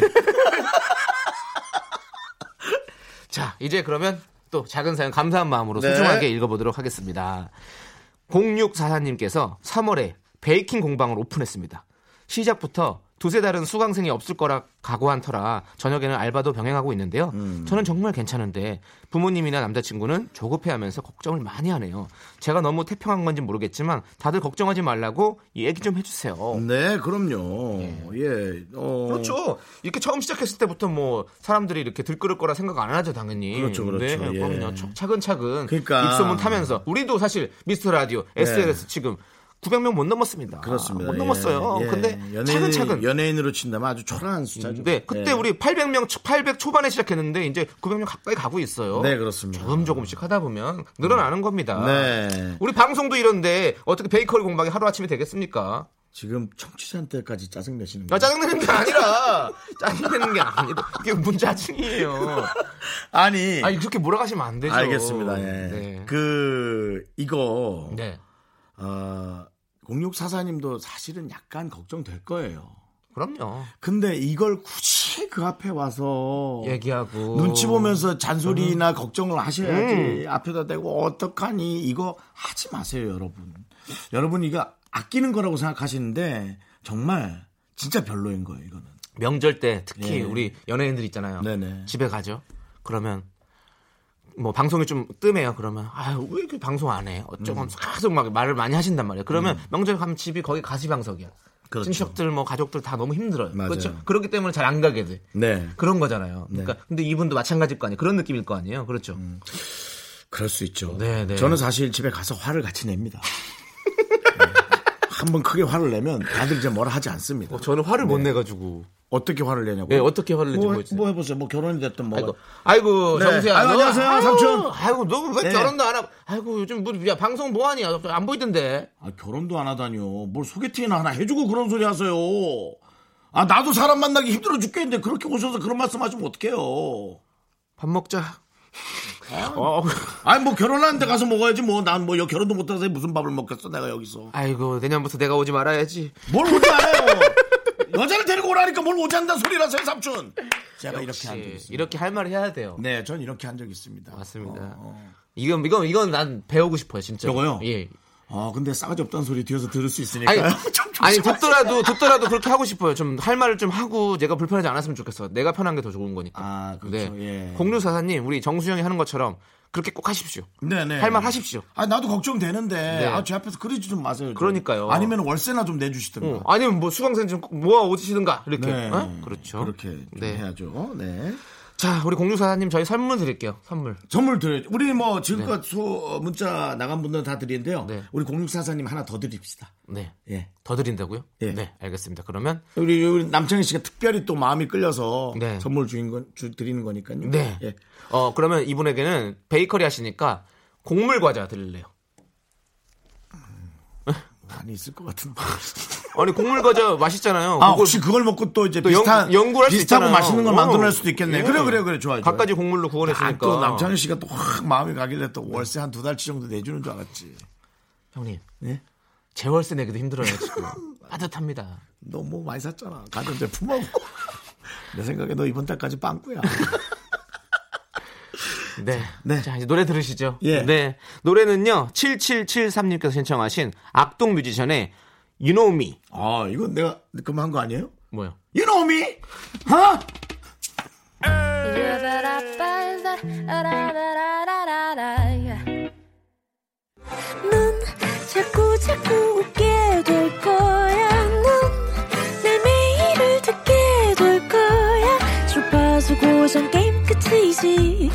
B: 자, 이제 그러면 또 작은 사연 감사한 마음으로
A: 네.
B: 소중하게 읽어보도록 하겠습니다. 0644님께서 3월에 베이킹 공방을 오픈했습니다. 시작부터 두세 달은 수강생이 없을 거라 각오한 터라 저녁에는 알바도 병행하고 있는데요. 저는 정말 괜찮은데 부모님이나 남자친구는 조급해하면서 걱정을 많이 하네요. 제가 너무 태평한 건지 모르겠지만 다들 걱정하지 말라고 얘기 좀 해주세요.
A: 네, 그럼요. 예. 어.
B: 그렇죠. 이렇게 처음 시작했을 때부터 뭐 사람들이 이렇게 들끓을 거라 생각 안 하죠, 당연히.
A: 그렇죠, 그렇죠.
B: 근데
A: 예.
B: 그럼요. 차- 차근차근
A: 그러니까. 예.
B: 입소문 타면서 우리도 사실 미스터 라디오 SNS 지금 900명 못 넘었습니다.
A: 그렇습니다.
B: 못
A: 예.
B: 넘었어요.
A: 예.
B: 근데
A: 연예인,
B: 차근차근.
A: 연예인으로 친다면 아주 초라한 숫자죠.
B: 네,
A: 예.
B: 그때 우리 800명, 800 초반에 시작했는데 이제 900명 가까이 가고 있어요.
A: 네, 그렇습니다.
B: 조금 조금씩 하다 보면 늘어나는 겁니다.
A: 네.
B: 우리 방송도 이런데 어떻게 베이커리 공방이 하루 아침에 되겠습니까?
A: 지금 청취자한테까지 짜증 내시는 거예요.
B: 아, 짜증내는 게 아니라 짜증내는 게 아니라 이게 뭔 짜증이에요.
A: 아니,
B: 아니 그렇게 몰아가시면 안 되죠.
A: 알겠습니다. 예.
B: 네.
A: 그 이거
B: 네.
A: 어, 0644님도 사실은 약간 걱정될 거예요.
B: 그럼요.
A: 근데 이걸 굳이 그 앞에 와서
B: 얘기하고
A: 어. 눈치 보면서 잔소리나 걱정을 하셔야지
B: 네.
A: 앞에다 대고 어떡하니 이거 하지 마세요 여러분 여러분 이거 아끼는 거라고 생각하시는데 정말 진짜 별로인 거예요 이거는
B: 명절 때 특히
A: 예.
B: 우리 연예인들 있잖아요.
A: 네네.
B: 집에 가죠. 그러면 뭐 방송이 좀 뜸해요. 그러면 아유 왜 이렇게 방송 안 해?
A: 음.
B: 어쩌고 하면서 계속 막 말을 많이 하신단 말이에요. 그러면 명절 가면 집이 거기 가시 방석이야.
A: 그렇죠.
B: 친척들 뭐 가족들 다 너무 힘들어요.
A: 맞아요.
B: 그렇죠. 그렇기 때문에 잘 안 가게 돼.
A: 네
B: 그런 거잖아요. 그러니까 근데 이분도 마찬가지일 거 아니에요. 그런 느낌일 거 아니에요. 그렇죠.
A: 그럴 수 있죠
B: 네, 네.
A: 저는 사실 집에 가서 화를 같이 냅니다 네. 한번 크게 화를 내면 다들 이제 뭐라 하지 않습니다
B: 어, 저는 화를 못 내가지고.
A: 어떻게 화를 내냐고
B: 예, 어떻게 화를 내지
A: 뭐,
B: 모르겠어요.
A: 뭐 해보세요 뭐 결혼이 됐든 뭐
B: 아이고, 아이고
A: 네.
B: 정수야.
A: 아이고,
B: 너,
A: 안녕하세요,
B: 아이고,
A: 삼촌.
B: 아이고, 너 왜
A: 네.
B: 결혼도 안 하고? 아이고, 요즘 뭐, 야 방송 뭐 하니? 안 보이던데.
A: 아, 결혼도 안 하다니요. 뭘 소개팅이나 하나 해주고 그런 소리 하세요. 아, 나도 사람 만나기 힘들어 죽겠는데 그렇게 오셔서 그런 말씀 하시면 어떡해요.
B: 밥 먹자. 어,
A: 아니, 뭐 결혼하는데 가서 먹어야지 뭐. 난 뭐 결혼도 못해서 무슨 밥을 먹겠어. 내가 여기서.
B: 아이고, 내년부터 내가 오지 말아야지.
A: 뭘 오지 않아요. 여자를 데리고 오라니까 뭘 오지 않는다는 소리라서요, 삼촌. 제가 이렇게 한 적
B: 예,
A: 있습니다.
B: 이렇게 할 말을 해야 돼요.
A: 네, 전 이렇게 한 적 있습니다.
B: 맞습니다.
A: 어,
B: 이건 이건 이건 난 배우고 싶어요, 진짜.
A: 저거요?
B: 예.
A: 어. 어, 근데 싸가지 없다는 소리 뒤에서 들을 수
B: 아니,
A: 있으니까요. 좀
B: 아니
A: 조심하세요.
B: 듣더라도 듣더라도 그렇게 하고 싶어요. 좀 할 말을 좀 하고 내가 불편하지 않았으면 좋겠어. 내가 편한 게 더 좋은 거니까.
A: 아, 그렇죠. 예.
B: 네. 공류사사님, 우리 정수영이 하는 것처럼 그렇게 꼭 하십시오.
A: 네네.
B: 할 말 하십시오.
A: 아 나도 걱정되는데
B: 네.
A: 아, 제 앞에서 그러지 좀 마세요. 좀.
B: 그러니까요.
A: 아니면 월세나 좀 내주시든가.
B: 어, 아니면 뭐 수강생 좀 모아 오시든가 이렇게. 어? 그렇죠.
A: 네. 음. 그렇게 좀
B: 네.
A: 해야죠. 네.
B: 자, 우리 공류사사님 저희 선물 드릴게요. 선물.
A: 선물 드려요. 우리 뭐 지금껏 소 어, 문자 나간 분들은 다 드리는데요.
B: 네.
A: 우리 공육사사님 하나 더 드립시다.
B: 네.
A: 예.
B: 더 드린다고요?
A: 예.
B: 네, 알겠습니다. 그러면
A: 우리, 우리 남창희 씨가 특별히 또 마음이 끌려서
B: 네.
A: 선물 주인 건 주, 드리는 거니까요.
B: 네.
A: 예.
B: 어, 그러면 이분에게는 베이커리 하시니까 곡물 과자 드릴래요.
A: 많이 있을 것 같은데.
B: 아니, 곡물 과자 맛있잖아요.
A: 아
B: 어, 그걸
A: 혹시 그걸 먹고 또 이제
B: 또 연-
A: 비슷한
B: 연구할 수
A: 비슷하고
B: 있잖아요.
A: 맛있는 걸
B: 어.
A: 만들어낼 수도 있겠네.
B: 예.
A: 그래 그래 그래 좋아요. 좋아요.
B: 각가지 곡물로
A: 아,
B: 구원했으니까.
A: 또 남창희 씨가 또 확 마음이 가길래 또 월세 한 두 달치 정도 내주는 줄 알았지.
B: 형님.
A: 예?
B: 재월세 내기도 힘들어요, 지금. 빠듯합니다.
A: 너무 뭐 많이 샀잖아. 가전제품하고. 내 생각에 너 이번 달까지 빵꾸야.
B: 네.
A: 네.
B: 자, 이제 노래 들으시죠.
A: 예.
B: 네. 노래는요, 7773님께서 신청하신 악동 뮤지션의 You Know Me.
A: 아, 이건 내가 그만 한 거 아니에요?
B: 뭐요?
A: You know me? 어?
D: 넌 자꾸 자꾸 웃게 될 거야. 넌내 매일을 듣게 될 거야. 주파수 고정 게임 끝이지.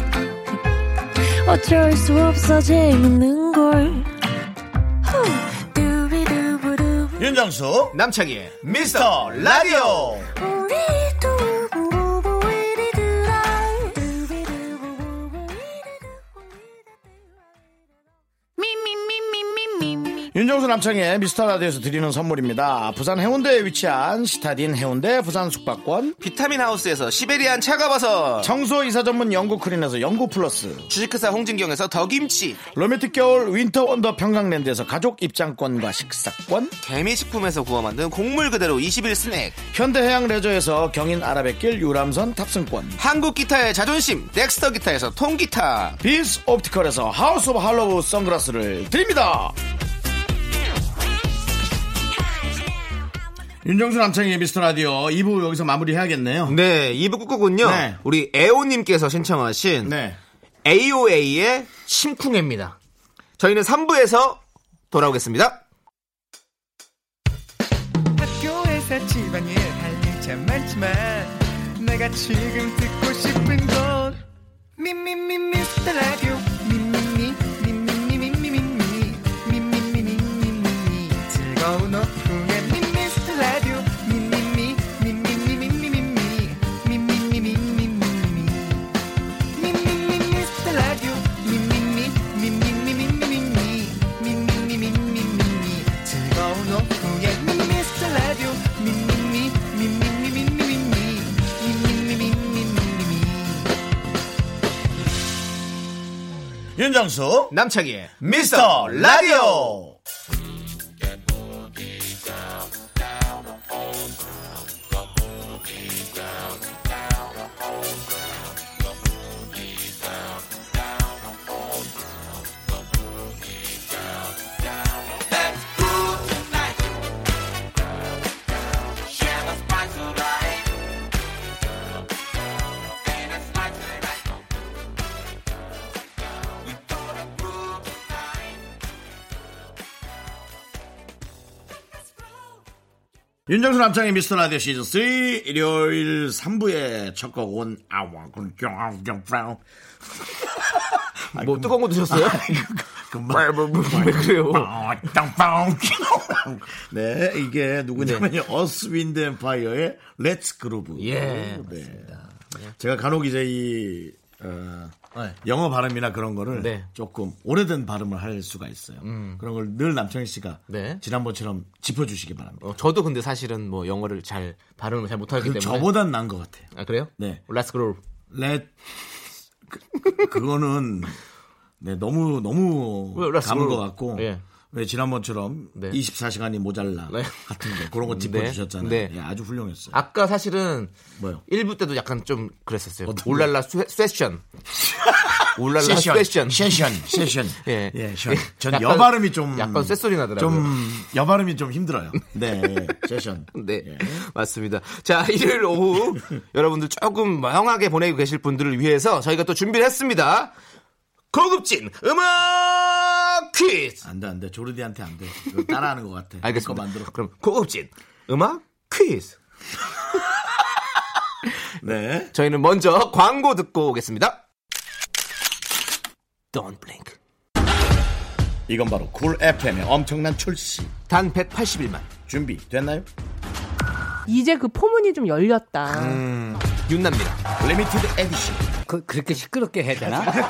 D: 어쩔 수 없어 재밌는 걸 후. 두비두부두.
A: 윤정수
B: 남창희의 미스터 라디오
D: 우리 두부부부 우리들아. 두비두부부부 우리들아. 미미미미미미미.
A: 윤정수 남창의 미스터 라디오에서 드리는 선물입니다. 부산 해운대에 위치한 시타딘 해운대 부산 숙박권
B: 비타민 하우스에서 시베리안 차가버섯
A: 청소 이사 전문 영구 크린에서 영구 플러스
B: 주식회사 홍진경에서 더김치
A: 로맨틱 겨울 윈터 원더 평강랜드에서 가족 입장권과 식사권
B: 개미식품에서 구워 만든 곡물 그대로 21 스낵
A: 현대해양 레저에서 경인 아라뱃길 유람선 탑승권
B: 한국 기타의 자존심 넥스터 기타에서 통기타
A: 비스 옵티컬에서 하우스 오브 할로우 선글라스를 드립니다. 윤정수 남창의 미스터 라디오 2부 여기서 마무리해야겠네요.
B: 네 2부 끝곡은요
A: 네.
B: 우리 에오님께서 신청하신
A: 네.
B: AOA의 심쿵해입니다 저희는 3부에서 돌아오겠습니다
F: 학교에서 집안일 할 일 참 많지만 내가 지금 듣고 싶은 건 미미미 미스터 라디오 미미미 미미미 미미미 미미미 미미미 즐거운 오후에 미스터 라디오 미미미 미미미 미미미 미미미 미미미
A: 윤정수
B: 남창희의
A: 미스터 라디오. 윤정수 남창의 미스터 라디오 시즌 3 일요일 3부의 첫 곡은 I want to go out the brown.
B: 뭐 뜨거운 거 드셨어요?
A: 그,
B: 왜, 뭐, 뭐, 왜 그래요?
A: 네, 이게 누구냐면요. 어스 윈드 엠파이어의 렛츠 그루브.
B: 네. 예,
A: 맞습니다. 제가 간혹 이제 이 어,
B: 네.
A: 영어 발음이나 그런 거를
B: 네.
A: 조금 오래된 발음을 할 수가 있어요. 그런 걸 늘 남창희 씨가
B: 네.
A: 지난번처럼 짚어주시기 바랍니다.
B: 어, 저도 근데 사실은 뭐 영어를 잘 발음을 잘 못하기
A: 그
B: 때문에
A: 저보단 나은 것 같아요.
B: 아 그래요?
A: 네.
B: Let's go.
A: 렛 그, 그거는 네 너무 너무
B: 왜 라스
A: 감은 것
B: 그룹?
A: 같고
B: 예.
A: 왜 지난번처럼
B: 네.
A: 24시간이 모자라
B: 네.
A: 같은 거 그런 거 짚어주셨잖아요.
B: 네. 네.
A: 예, 아주 훌륭했어요.
B: 아까 사실은
A: 뭐요?
B: 1부 때도 약간 좀 그랬었어요.
A: 어떤 거?
B: 울랄라 쇠- 세션. 울랄라 세션.
A: 세션, 세션.
B: 그 예.
A: 예, 션. 전
B: 약간-
A: 여발음이 좀
B: 약간 쇳소리 나더라고요.
A: 좀 여발음이 좀 힘들어요. 네, 예, 세션.
B: 네,
A: 예.
B: 맞습니다. 자, 일요일 오후 여러분들 조금 명하게 보내고 계실 분들을 위해서 저희가 또 준비를 했습니다. 고급진 음악 퀴즈.
A: 안 돼, 안 돼. 조르디한테 안 돼. 그거 따라하는 것 같아.
B: 알겠습니다.
A: 그거 만들어.
B: 그럼 고급진 음악 퀴즈.
A: 네.
B: 저희는 먼저 광고 듣고 오겠습니다. Don't blink.
A: 이건 바로 쿨 FM의 엄청난 출시.
B: 단 181만.
A: 준비 됐나요?
G: 이제 그 포문이 좀 열렸다.
B: 윤남미라.
A: 리미티드 에디션.
H: 그, 그렇게 시끄럽게 해야 되나?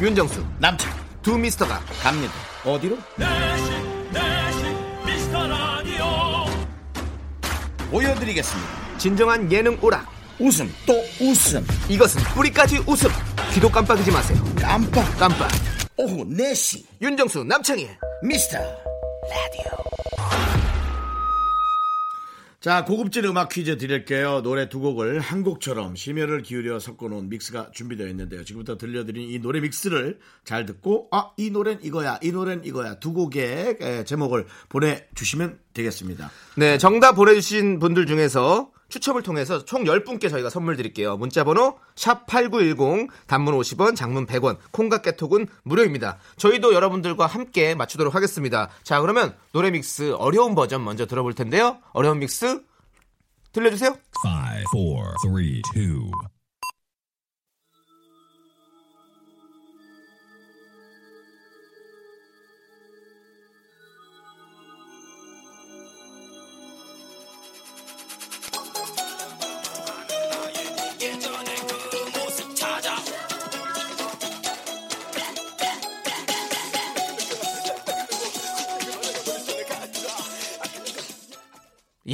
B: 윤정수.
A: 남창
B: 두 미스터가
A: 갑니다. 어디로? 네,
I: 내시 내시 미스터 라디오
A: 보여드리겠습니다.
B: 진정한 예능 오락.
A: 웃음 또 웃음.
B: 이것은 뿌리까지 웃음. 귀도 깜빡이지 마세요.
A: 깜빡
B: 깜빡.
A: 오후 4시
B: 윤정수 남창희.
A: 미스터 라디오. 자 고급진 음악 퀴즈 드릴게요. 노래 두 곡을 한 곡처럼 심혈을 기울여 섞어놓은 믹스가 준비되어 있는데요. 지금부터 들려드린 이 노래 믹스를 잘 듣고 아 이 노래는 이거야 이 노래는 이거야 두 곡의 에, 제목을 보내주시면 되겠습니다.
B: 네, 정답 보내주신 분들 중에서 추첨을 통해서 총 10분께 저희가 선물 드릴게요. 문자번호 샵8910 단문 50원 장문 100원 콩과 깨톡은 무료입니다. 저희도 여러분들과 함께 맞추도록 하겠습니다. 자 그러면 노래 믹스 어려운 버전 먼저 들어볼 텐데요. 어려운 믹스 들려주세요.
J: Five, four, three, two.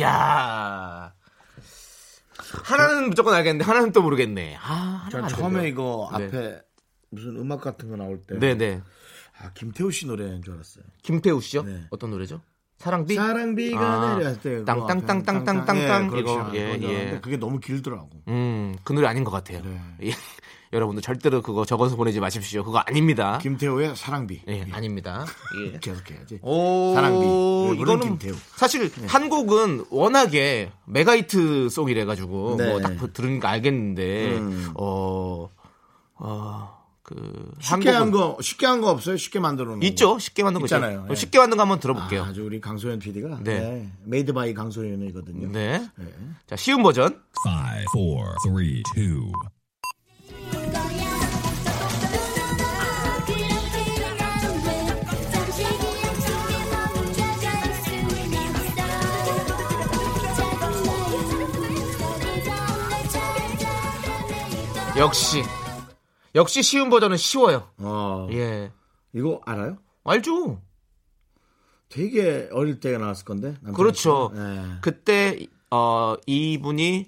B: 야 하나는 무조건 알겠는데 하나는 또 모르겠네. 아,
A: 전
B: 하나가 안
A: 처음에
B: 들려.
A: 이거
B: 네.
A: 앞에 무슨 음악 같은 거 나올 때
B: 네네.
A: 아, 김태우 씨 노래인 줄 알았어요.
B: 김태우 씨요?
A: 네.
B: 어떤 노래죠? 사랑비?
A: 사랑비가
B: 아,
A: 내렸을 때
B: 땅,
A: 그거
B: 땅,
A: 앞에
B: 땅, 땅, 땅, 땅,
A: 예,
B: 땅
A: 그렇지
B: 이거.
A: 않은
B: 예,
A: 건줄
B: 예.
A: 알았는데 그게 너무 길더라고.
B: 음, 그 노래 아닌 것 같아요.
A: 네.
B: 예. 여러분들 절대로 그거 적어서 보내지 마십시오. 그거 아닙니다.
A: 김태우의 사랑비.
B: 예, 아닙니다. 예.
A: 계속해야지.
B: 오,
A: 사랑비. 이거는
B: 이거는
A: 김태우. 네.
B: 사실 한 곡은 워낙에 메가히트 송이래 가지고
A: 네. 음.
B: 뭐딱 들으니까 알겠는데 어, 어, 그
A: 쉽게
B: 한국은
A: 한 거 쉽게 한 거 없어요? 쉽게 만들어 놓은
B: 있죠. 쉽게 만든 거
A: 있잖아요.
B: 있죠.
A: 예.
B: 쉽게 만든 거 한번
A: 거.
B: 들어볼게요.
A: 아, 주 우리 강소연 PD가
B: 네.
A: 메이드 바이 강소연이거든요.
B: 네. 자, 쉬운 버전.
C: Five, four, three, two.
D: 아,
B: 역시 역시 쉬운 버전은 쉬워요.
A: 어,
B: 예.
A: 이거 알아요?
B: 알죠?
A: 되게 어릴 때 나왔을 건데. 남편이.
B: 그렇죠.
A: 예.
B: 그때 어 이분이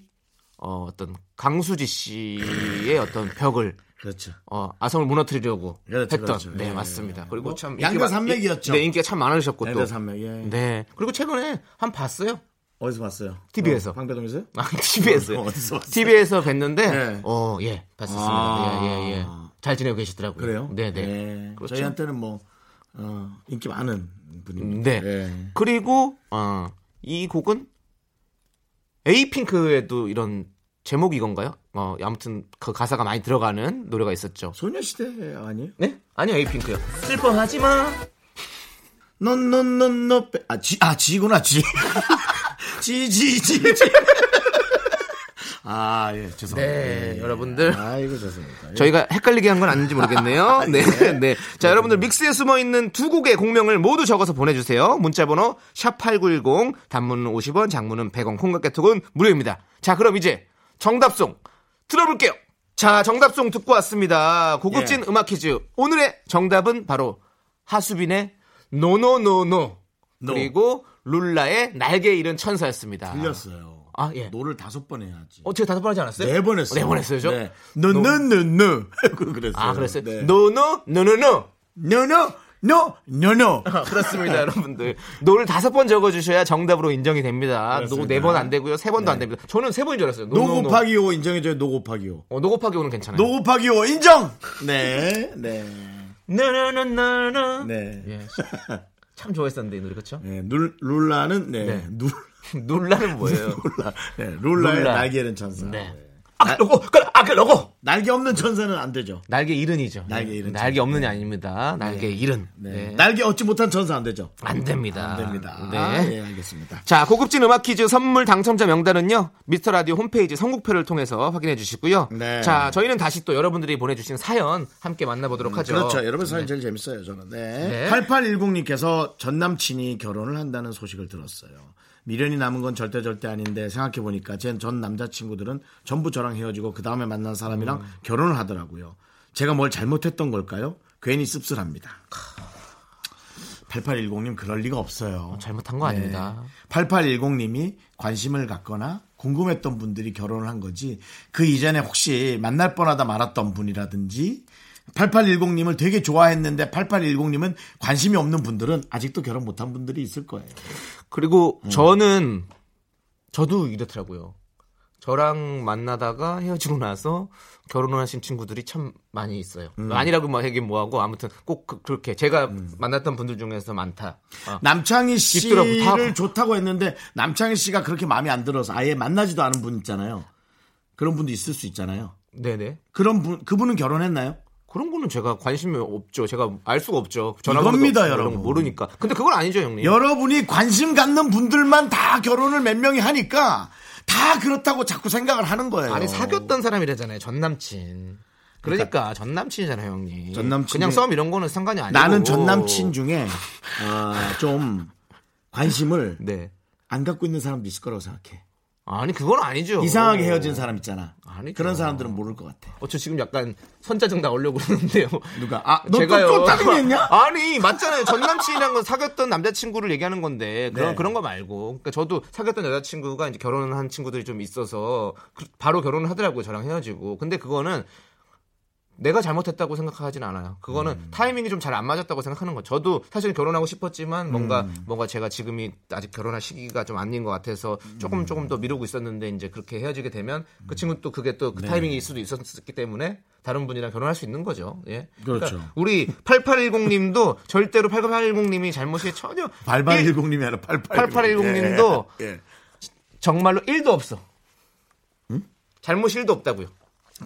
B: 어 어떤 강수지 씨의 어떤 벽을
A: 그렇죠.
B: 어 아성을 무너뜨리려고
A: 그렇죠,
B: 했던
A: 그렇죠.
B: 네
A: 예,
B: 맞습니다.
A: 예.
B: 그리고
A: 뭐,
B: 참
A: 양가
B: 인기가-
A: 산맥이었죠.
B: 네 인기가 참 많으셨고 또.
A: 양가 산맥. 예.
B: 네 그리고 최근에 한 봤어요.
A: 어디서 봤어요?
B: TV 에서.
A: 어, 방배동에서요?
B: 아, TV에서
A: 어, 어디서 봤어요?
B: TV에서 뵀는데
A: 예.
B: 어예 봤었습니다.
A: 아.
B: 예예 예, 잘 지내고 계시더라고요.
A: 그래요?
B: 네네.
A: 예.
B: 그렇죠.
A: 저희한테는 뭐 어, 인기 많은 분입니다.
B: 네.
A: 예.
B: 그리고 어, 이 곡은 에이핑크에도 이런 제목이 이건가요? 어, 아무튼 그 가사가 많이 들어가는 노래가 있었죠.
A: 소녀시대 아니에요?
B: 네? 아니요, 에이핑크요. 슬퍼하지 마.
A: 넌넌넌너 아, 지, 아, 지구나, 지. 지, 지, 지, 지. 아, 예, 죄송합니다.
B: 네,
A: 예, 예.
B: 여러분들.
A: 아이고, 죄송합니다. 예.
B: 저희가 헷갈리게 한 건 아닌지 모르겠네요. 네, 네. 자, 여러분들 믹스에 숨어 있는 두 곡의 공명을 모두 적어서 보내주세요. 문자번호 샵8910, 단문은 50원, 장문은 100원, 콩깍개톡은 무료입니다. 자, 그럼 이제 정답송 들어볼게요. 자, 정답송 듣고 왔습니다. 고급진
A: 예.
B: 음악 퀴즈. 오늘의 정답은 바로 하수빈의 노노노노.
A: 노.
B: 그리고 룰라의 날개 잃은 천사였습니다.
A: 틀렸어요.
B: 아, 예.
A: 노를 다섯 번 해야지.
B: 어, 제가 다섯 번 하지 않았어요?
A: 네 번 했어요.
B: 네번 했어요, 저?
A: 네. 노, 노, 노, 노. 그- 그랬어요.
B: 아, 그랬어요?
A: 네.
B: 노노, 노노노.
A: 노, 노, 노, 노, 노.
B: 그렇습니다, 여러분들. 노를 다섯 번 적어주셔야 정답으로 인정이 됩니다. 노 네 번 안 되고요. 세 번도 안 됩니다. 저는 세 번인 줄 알았어요. 노,
A: 노
B: 노, 노.
A: 곱하기 5 인정해줘요, 노 곱하기 5.
B: 어, 노 곱하기 오는 괜찮아요.
A: 노 곱하기 5 인정! 네, 네.
B: 노노노노노.
A: 네.
B: 예. 참 좋아했었는데, 이 노래, 그쵸?
A: 네, 룰, 룰라는, 네.
B: 네.
A: 눌-
B: 놀라는 뭐예요?
A: 룰라. 네, 룰라의
B: 룰라.
A: 날개는 천사.
B: 네. 아, 로고! 그래, 아, 그 로고!
A: 날개 없는 천사는 안 되죠.
B: 날개 이른이죠. 네.
A: 날개 이른.
B: 날개 없는 게 아닙니다. 날개 이른.
A: 네.
B: 네.
A: 날개 얻지 못한 천사 안 되죠.
B: 안 됩니다.
A: 안 됩니다.
B: 네.
A: 아, 예, 알겠습니다.
B: 자, 고급진 음악 퀴즈 선물 당첨자 명단은요. 미스터 라디오 홈페이지 선곡표를 통해서 확인해 주시고요.
A: 네.
B: 자, 저희는 다시 또 여러분들이 보내 주신 사연 함께 만나 보도록 하죠.
A: 그렇죠. 여러분 사연 제일 재밌어요, 저는. 네.
B: 네.
A: 8810님께서 전 남친이 결혼을 한다는 소식을 들었어요. 미련이 남은 건 절대 절대 아닌데 생각해보니까 제 전 남자친구들은 전부 저랑 헤어지고 그 다음에 만난 사람이랑 결혼을 하더라고요. 제가 뭘 잘못했던 걸까요? 괜히 씁쓸합니다. 8810님 그럴 리가 없어요.
B: 잘못한 거 아닙니다.
A: 네. 8810님이 관심을 갖거나 궁금했던 분들이 결혼을 한 거지 그 이전에 혹시 만날 뻔하다 말았던 분이라든지 8810님을 되게 좋아했는데 8810님은 관심이 없는 분들은 아직도 결혼 못한 분들이 있을 거예요.
B: 그리고
A: 음.
B: 저는 저도 이렇더라고요. 저랑 만나다가 헤어지고 나서 결혼을 하신 친구들이 참 많이 있어요.
A: 음.
B: 아니라고 막 얘기 뭐하고 아무튼 꼭 그, 렇게 제가 만났던 분들 중에서 많다. 아,
A: 남창희
B: 뒤돌아보-
A: 씨를
B: 다-
A: 좋다고 했는데 남창희 씨가 그렇게 마음에 안 들어서 아예 만나지도 않은 분 있잖아요. 그런 분도 있을 수 있잖아요.
B: 네네.
A: 그런 분 그분은 결혼했나요?
B: 그런 거는 제가 관심이 없죠. 제가 알 수가 없죠.
A: 이겁니다,
B: 없고 이런
A: 여러분.
B: 거 모르니까. 근데 그건 아니죠, 형님.
A: 여러분이 관심 갖는 분들만 다 결혼을 몇 명이 하니까 다 그렇다고 자꾸 생각을 하는 거예요.
B: 아니 사귀었던 사람이라잖아요. 전 남친. 그러니까, 전 남친이잖아요, 형님.
A: 전 남친이-
B: 그냥 썸 이런 거는 상관이 아니고.
A: 나는 전 남친 중에 아, 좀 관심을
B: 네.
A: 안 갖고 있는 사람도 있을 거라고 생각해.
B: 아니 그건 아니죠.
A: 이상하게 헤어진 사람 있잖아.
B: 아니죠.
A: 그런 사람들은 모를 것 같아.
B: 어저 지금 약간 선짜증 나오려고 그러는데요.
A: 누가? 아, 너또 또 짜증냈냐?
B: 아니 맞잖아요. 전 남친이란 건 사귀었던 남자친구를 얘기하는 건데 그런
A: 네.
B: 그런 거 말고. 그러니까 저도 사귀었던 여자친구가 이제 결혼을 한 친구들이 좀 있어서 그- 바로 결혼을 하더라고요. 저랑 헤어지고. 근데 그거는 내가 잘못했다고 생각하진 않아요. 그거는
A: 음.
B: 타이밍이 좀 잘 안 맞았다고 생각하는 거. 저도 사실 결혼하고 싶었지만 뭔가
A: 음.
B: 뭔가 제가 지금이 아직 결혼할 시기가 좀 아닌 것 같아서
A: 음.
B: 조금 조금 더 미루고 있었는데 이제 그렇게 헤어지게 되면 그 친구 또 그게 또 그
A: 네.
B: 타이밍일 수도 있었기 때문에 다른 분이랑 결혼할 수 있는 거죠. 예.
A: 그렇죠.
B: 그러니까 우리 8810님도 절대로 8810님이 잘못이 전혀 일-
A: 8810님이 아니라 8810.
B: 8810 님도
A: 예. 예.
B: 정말로 1도 없어. 잘못 1도 없다고요.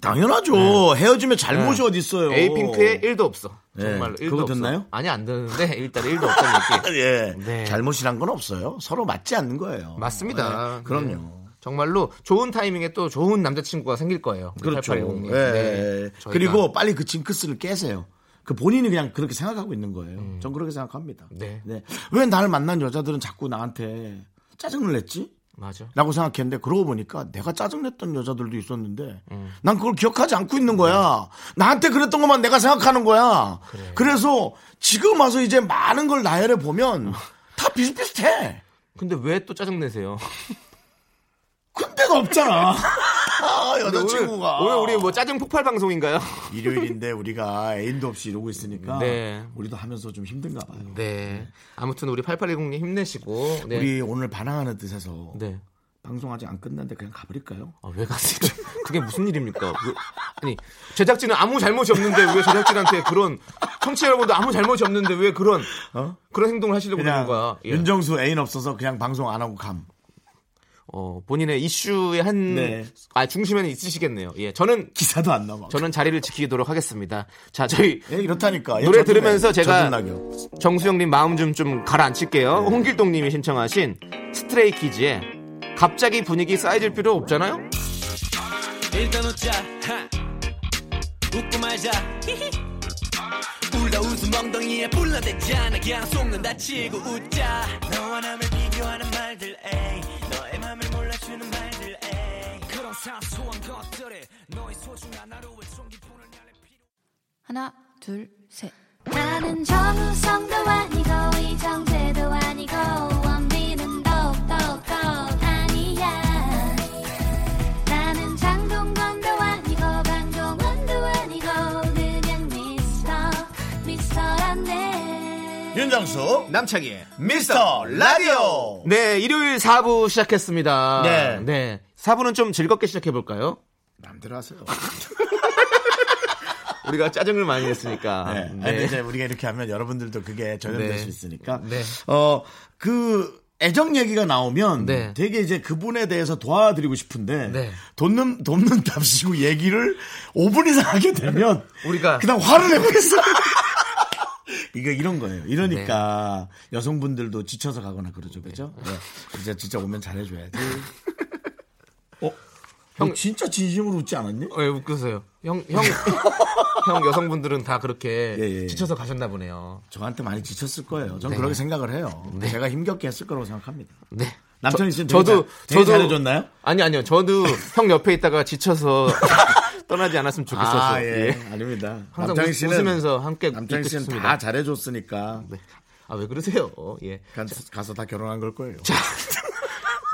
A: 당연하죠. 헤어지면 잘못이
B: 네.
A: 어디 있어요.
B: 에이핑크에 1도 없어.
A: 네.
B: 정말로 1도
A: 그거
B: 없어.
A: 듣나요?
B: 아니 안 듣는데 일단 1도 없다는 느낌.
A: 예.
B: 네.
A: 잘못이란 건 없어요. 서로 맞지 않는 거예요.
B: 맞습니다.
A: 예. 그럼요.
B: 네. 정말로 좋은 타이밍에 또 좋은 남자친구가 생길 거예요. 우리
A: 그렇죠.
B: 8810 님.
A: 예.
B: 네. 저희가-
A: 그리고 빨리 그 징크스를 깨세요. 그 본인이 그냥 그렇게 생각하고 있는 거예요. 전 그렇게 생각합니다.
B: 음. 네.
A: 왜 나를 만난 여자들은 자꾸 나한테 짜증을 냈지?
B: 맞아.
A: 라고 생각했는데 그러고 보니까 내가 짜증냈던 여자들도 있었는데
B: 음.
A: 난 그걸 기억하지 않고 있는 거야. 나한테 그랬던 것만 내가 생각하는 거야. 그래서 지금 와서 이제 많은 걸 나열해
B: 음.
A: 보면 다 비슷비슷해.
B: 근데 왜 또 짜증 내세요?
A: 근데가 없잖아. 여자친구가.
B: 오늘, 오늘 우리 뭐 짜증 폭발 방송인가요?
A: 일요일인데 우리가 애인도 없이 이러고 있으니까
B: 네.
A: 우리도 하면서 좀 힘든가 봐요.
B: 네. 아무튼 우리 8810님 힘내시고. 네.
A: 우리 오늘 반항하는 뜻에서
B: 네.
A: 방송 아직 안 끝났는데 그냥 가버릴까요?
B: 아, 왜 가세요? 그게 무슨 일입니까? 왜- 아니, 제작진은 아무 잘못이 없는데 왜 제작진한테 그런, 청취자 여러분도 아무 잘못이 없는데 왜 그런, 그런 행동을 하시려고 그러는
A: 어? 그냥
B: 거야? 예.
A: 윤정수 애인 없어서 그냥 방송 안 하고 감.
B: 어, 본인의 이슈의 한,
A: 네.
B: 아, 중심에는 있으시겠네요. 예. 저는,
A: 기사도 안 나와.
B: 저는 자리를 지키도록 하겠습니다. 자, 저희
A: 예, 이렇다니까. 예,
B: 노래
A: 저도
B: 들으면서
A: 네,
B: 제가
A: 저도 낙이요.
B: 정수영님 마음 좀 좀 가라앉힐게요. 홍길동님이 신청하신 스트레이 키즈의 갑자기 분위기 쌓여질 필요 없잖아요?
E: 일단 웃자 하. 웃고 말자 히히. 울다 웃음 엉덩이에 불러댔잖아 그냥 속는다 치고 웃자 너와 남을 비교하는 말들 에이 너의 맘을 몰라주는 말들 에이 그런 사소한 것들에 너의 소중한 하루의 총기뿐을 날려
J: 하나, 둘, 셋.
D: 나는 정우성도 아니고 이정재도 아니고 원빈은 더욱더 아니야 나는 장동건도 아니고 강동원도 아니고 그냥 미스터 미스터란데
A: 윤정수
B: 남창희의
A: 미스터 라디오.
B: 네, 일요일 4부 시작했습니다.
A: 네.
B: 4부는 좀 즐겁게 시작해볼까요?
A: 남대로 하세요.
B: 우리가 짜증을 많이 냈으니까.
A: 네. 아니, 근데 이제 우리가 이렇게 하면 여러분들도 그게 전염될
B: 네.
A: 수 있으니까.
B: 네.
A: 어, 그 애정 얘기가 나오면
B: 네.
A: 되게 이제 그분에 대해서 도와드리고 싶은데
B: 네.
A: 돕는 돕는 답시고 얘기를 5분 이상 하게 되면
B: 우리가-
A: 그냥 화를 내고 있어. 이거 이런 거예요. 이러니까
B: 네.
A: 여성분들도 지쳐서 가거나 그러죠, 그죠? 네. 이제 진짜 오면 잘해줘야지. 어, 형 진짜 진심으로 웃지 않았니?
B: 왜 웃으세요? 형, 형, 형 여성분들은 다 그렇게
A: 예, 예, 예.
B: 지쳐서 가셨나 보네요.
A: 저한테 많이 지쳤을 거예요. 전 그렇게 생각을 해요. 제가 힘겹게 했을 거라고 생각합니다.
B: 네.
A: 남편이 씨는
B: 저-
A: 되게 잘- 되게 잘해줬나요?
B: 아니, 아니요. 저도 형 옆에 있다가 지쳐서 떠나지 않았으면 좋겠었어요.
A: 아, 예. 아닙니다.
B: 항상
A: 남창희
B: 웃- 웃으면서 함께
A: 남창희 씨는
B: 있겠습니다.
A: 다 잘해줬으니까
B: 네. 아, 왜 그러세요? 예.
A: 가- 가서 다 결혼한 걸 거예요.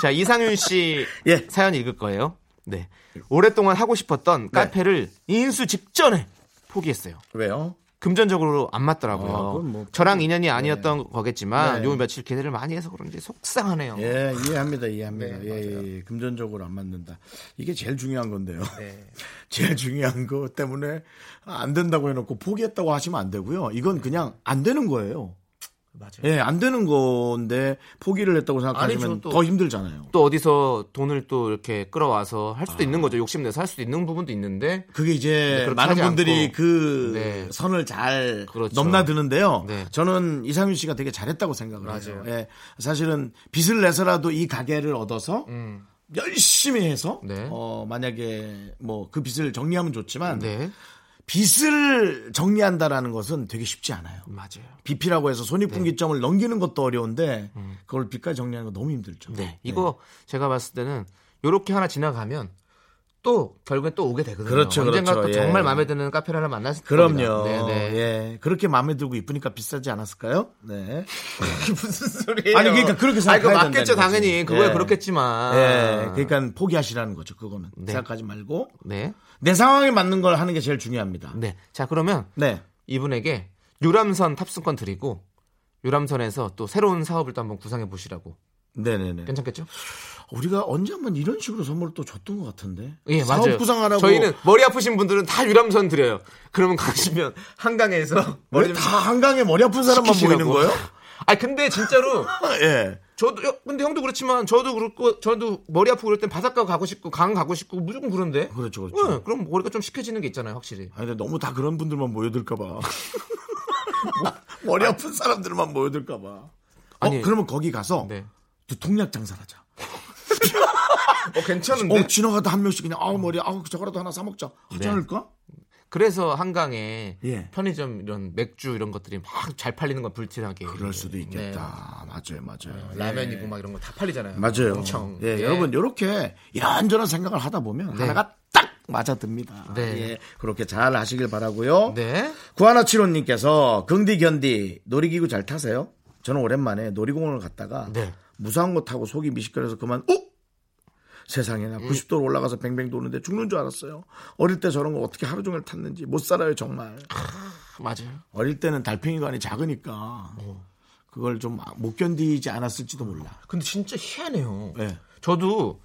B: 자 이상윤 씨
A: 예.
B: 사연 읽을 거예요. 네 오랫동안 하고 싶었던
A: 네.
B: 카페를 인수 직전에 포기했어요.
A: 왜요?
B: 금전적으로 안 맞더라고요.
A: 아, 그건 뭐
B: 저랑 인연이 아니었던 거겠지만
A: 네.
B: 요 며칠 기대를 많이 해서 그런지 속상하네요.
A: 예, 이해합니다.
B: 네,
A: 이해합니다. 예, 예, 예. 금전적으로 안 맞는다. 이게 제일 중요한 건데요.
B: 네.
A: 제일 중요한 거 때문에 안 된다고 해놓고 포기했다고 하시면 안 되고요. 이건 그냥 안 되는 거예요.
B: 맞아요.
A: 예, 안 되는 건데 포기를 했다고 생각하시면
B: 아니죠, 또.
A: 더 힘들잖아요.
B: 또 어디서 돈을 또 이렇게 끌어와서 할
A: 아.
B: 수도 있는 거죠. 욕심내서 할 수도 있는 부분도 있는데
A: 그게 이제
B: 네, 그렇게
A: 많은
B: 하지
A: 분들이
B: 않고.
A: 그
B: 네.
A: 선을 잘
B: 그렇죠.
A: 넘나드는데요.
B: 네.
A: 저는 이상윤 씨가 되게 잘했다고 생각을 해요. 예. 사실은 빚을 내서라도 이 가게를 얻어서 열심히 해서
B: 음. 네.
A: 어, 만약에 뭐 그 빚을 정리하면 좋지만
B: 네
A: 빚을 정리한다라는 것은 되게 쉽지 않아요.
B: 맞아요.
A: 빚이라고 해서
B: 네.
A: 손익분기점을
B: 음.
A: 넘기는 것도 어려운데 그걸 빚까지 정리하는 거 너무 힘들죠. 네.
B: 네 이거 제가 봤을 때는 요렇게 하나 지나가면 또 결국엔 또 오게 되거든요.
A: 그렇죠,
B: 언젠가
A: 그렇죠.
B: 또
A: 예.
B: 정말 마음에 드는 카페를 하나 만났을
A: 그럼요.
B: 겁니다. 네, 네.
A: 예. 그렇게 마음에 들고 이쁘니까 비싸지 않았을까요? 네.
B: 무슨 소리예요?
A: 아니, 그러니까 그렇게 생각해야
B: 아니, 그거 맞겠죠,
A: 된다는 거지.
B: 당연히. 그거야
A: 예.
B: 그렇겠지만.
A: 예. 그러니까 포기하시라는 거죠. 그거는
B: 네.
A: 생각하지 말고
B: 네.
A: 내 상황에 맞는 걸 하는 게 제일 중요합니다. 네.
B: 네. 자, 그러면 이분에게 유람선 탑승권 드리고 유람선에서 또 새로운 사업을 또 한번 구상해 보시라고.
A: 네네네.
B: 괜찮겠죠?
A: 우리가 언제 한번 이런 식으로 선물을 또 줬던 것 같은데.
B: 예, 맞아요.
A: 사업 구상하라고.
B: 저희는 머리 아프신 분들은 다 유람선 드려요. 그러면 가시면 한강에서 머리 좀
A: 왜다 한강에 머리 아픈 사람만
B: 식히시라고.
A: 보이는 거예요?
B: 아니 근데 진짜로
A: 예.
B: 저도 여- 근데 형도 그렇지만 저도 그렇고 저도 머리 아프고 그럴 땐 바닷가 가고 싶고 강 가고 싶고 무조건 그런데.
A: 그렇죠, 그렇죠.
B: 예, 그럼 머리가 좀 식혀지는 게 있잖아요, 확실히.
A: 아니, 근데 너무 다 그런 분들만 모여들까봐. 뭐, 머리 아픈 사람들만 모여들까봐. 어,
B: 아니.
A: 그러면 거기 가서
B: 네.
A: 두통약 장사를 하자.
B: 어 괜찮은데.
A: 어, 지나가다 한 명씩 그냥, 아우, 머리, 아우, 저거라도 하나 사먹자. 하지
B: 네.
A: 않을까?
B: 그래서 한강에
A: 예.
B: 편의점 이런 맥주 이런 것들이 막 잘 팔리는 건 불티나게.
A: 그럴 수도 있겠다. 맞아요, 맞아요. 예.
B: 네. 라면이고 막 이런 거 다 팔리잖아요.
A: 맞아요.
B: 엄청. 네.
A: 예, 여러분, 요렇게 이런저런 생각을 하다 보면 하나가 딱 맞아듭니다.
B: 네.
A: 예, 그렇게 잘 하시길 바라고요
B: 네.
A: 구하나치로님께서 긍디 견디 놀이기구 잘 타세요? 저는 오랜만에 놀이공원을 갔다가
B: 네.
A: 무상고 타고 속이 미식거려서 그만 오 세상에나 90도로 올라가서 뱅뱅 도는데 죽는 줄 알았어요. 어릴 때 저런 거 어떻게 하루 종일 탔는지 못 살아요 정말.
B: 맞아요.
A: 어릴 때는 달팽이관이 작으니까 그걸 좀 못 견디지 않았을지도 몰라.
B: 근데 진짜 희한해요.
A: 네.
B: 저도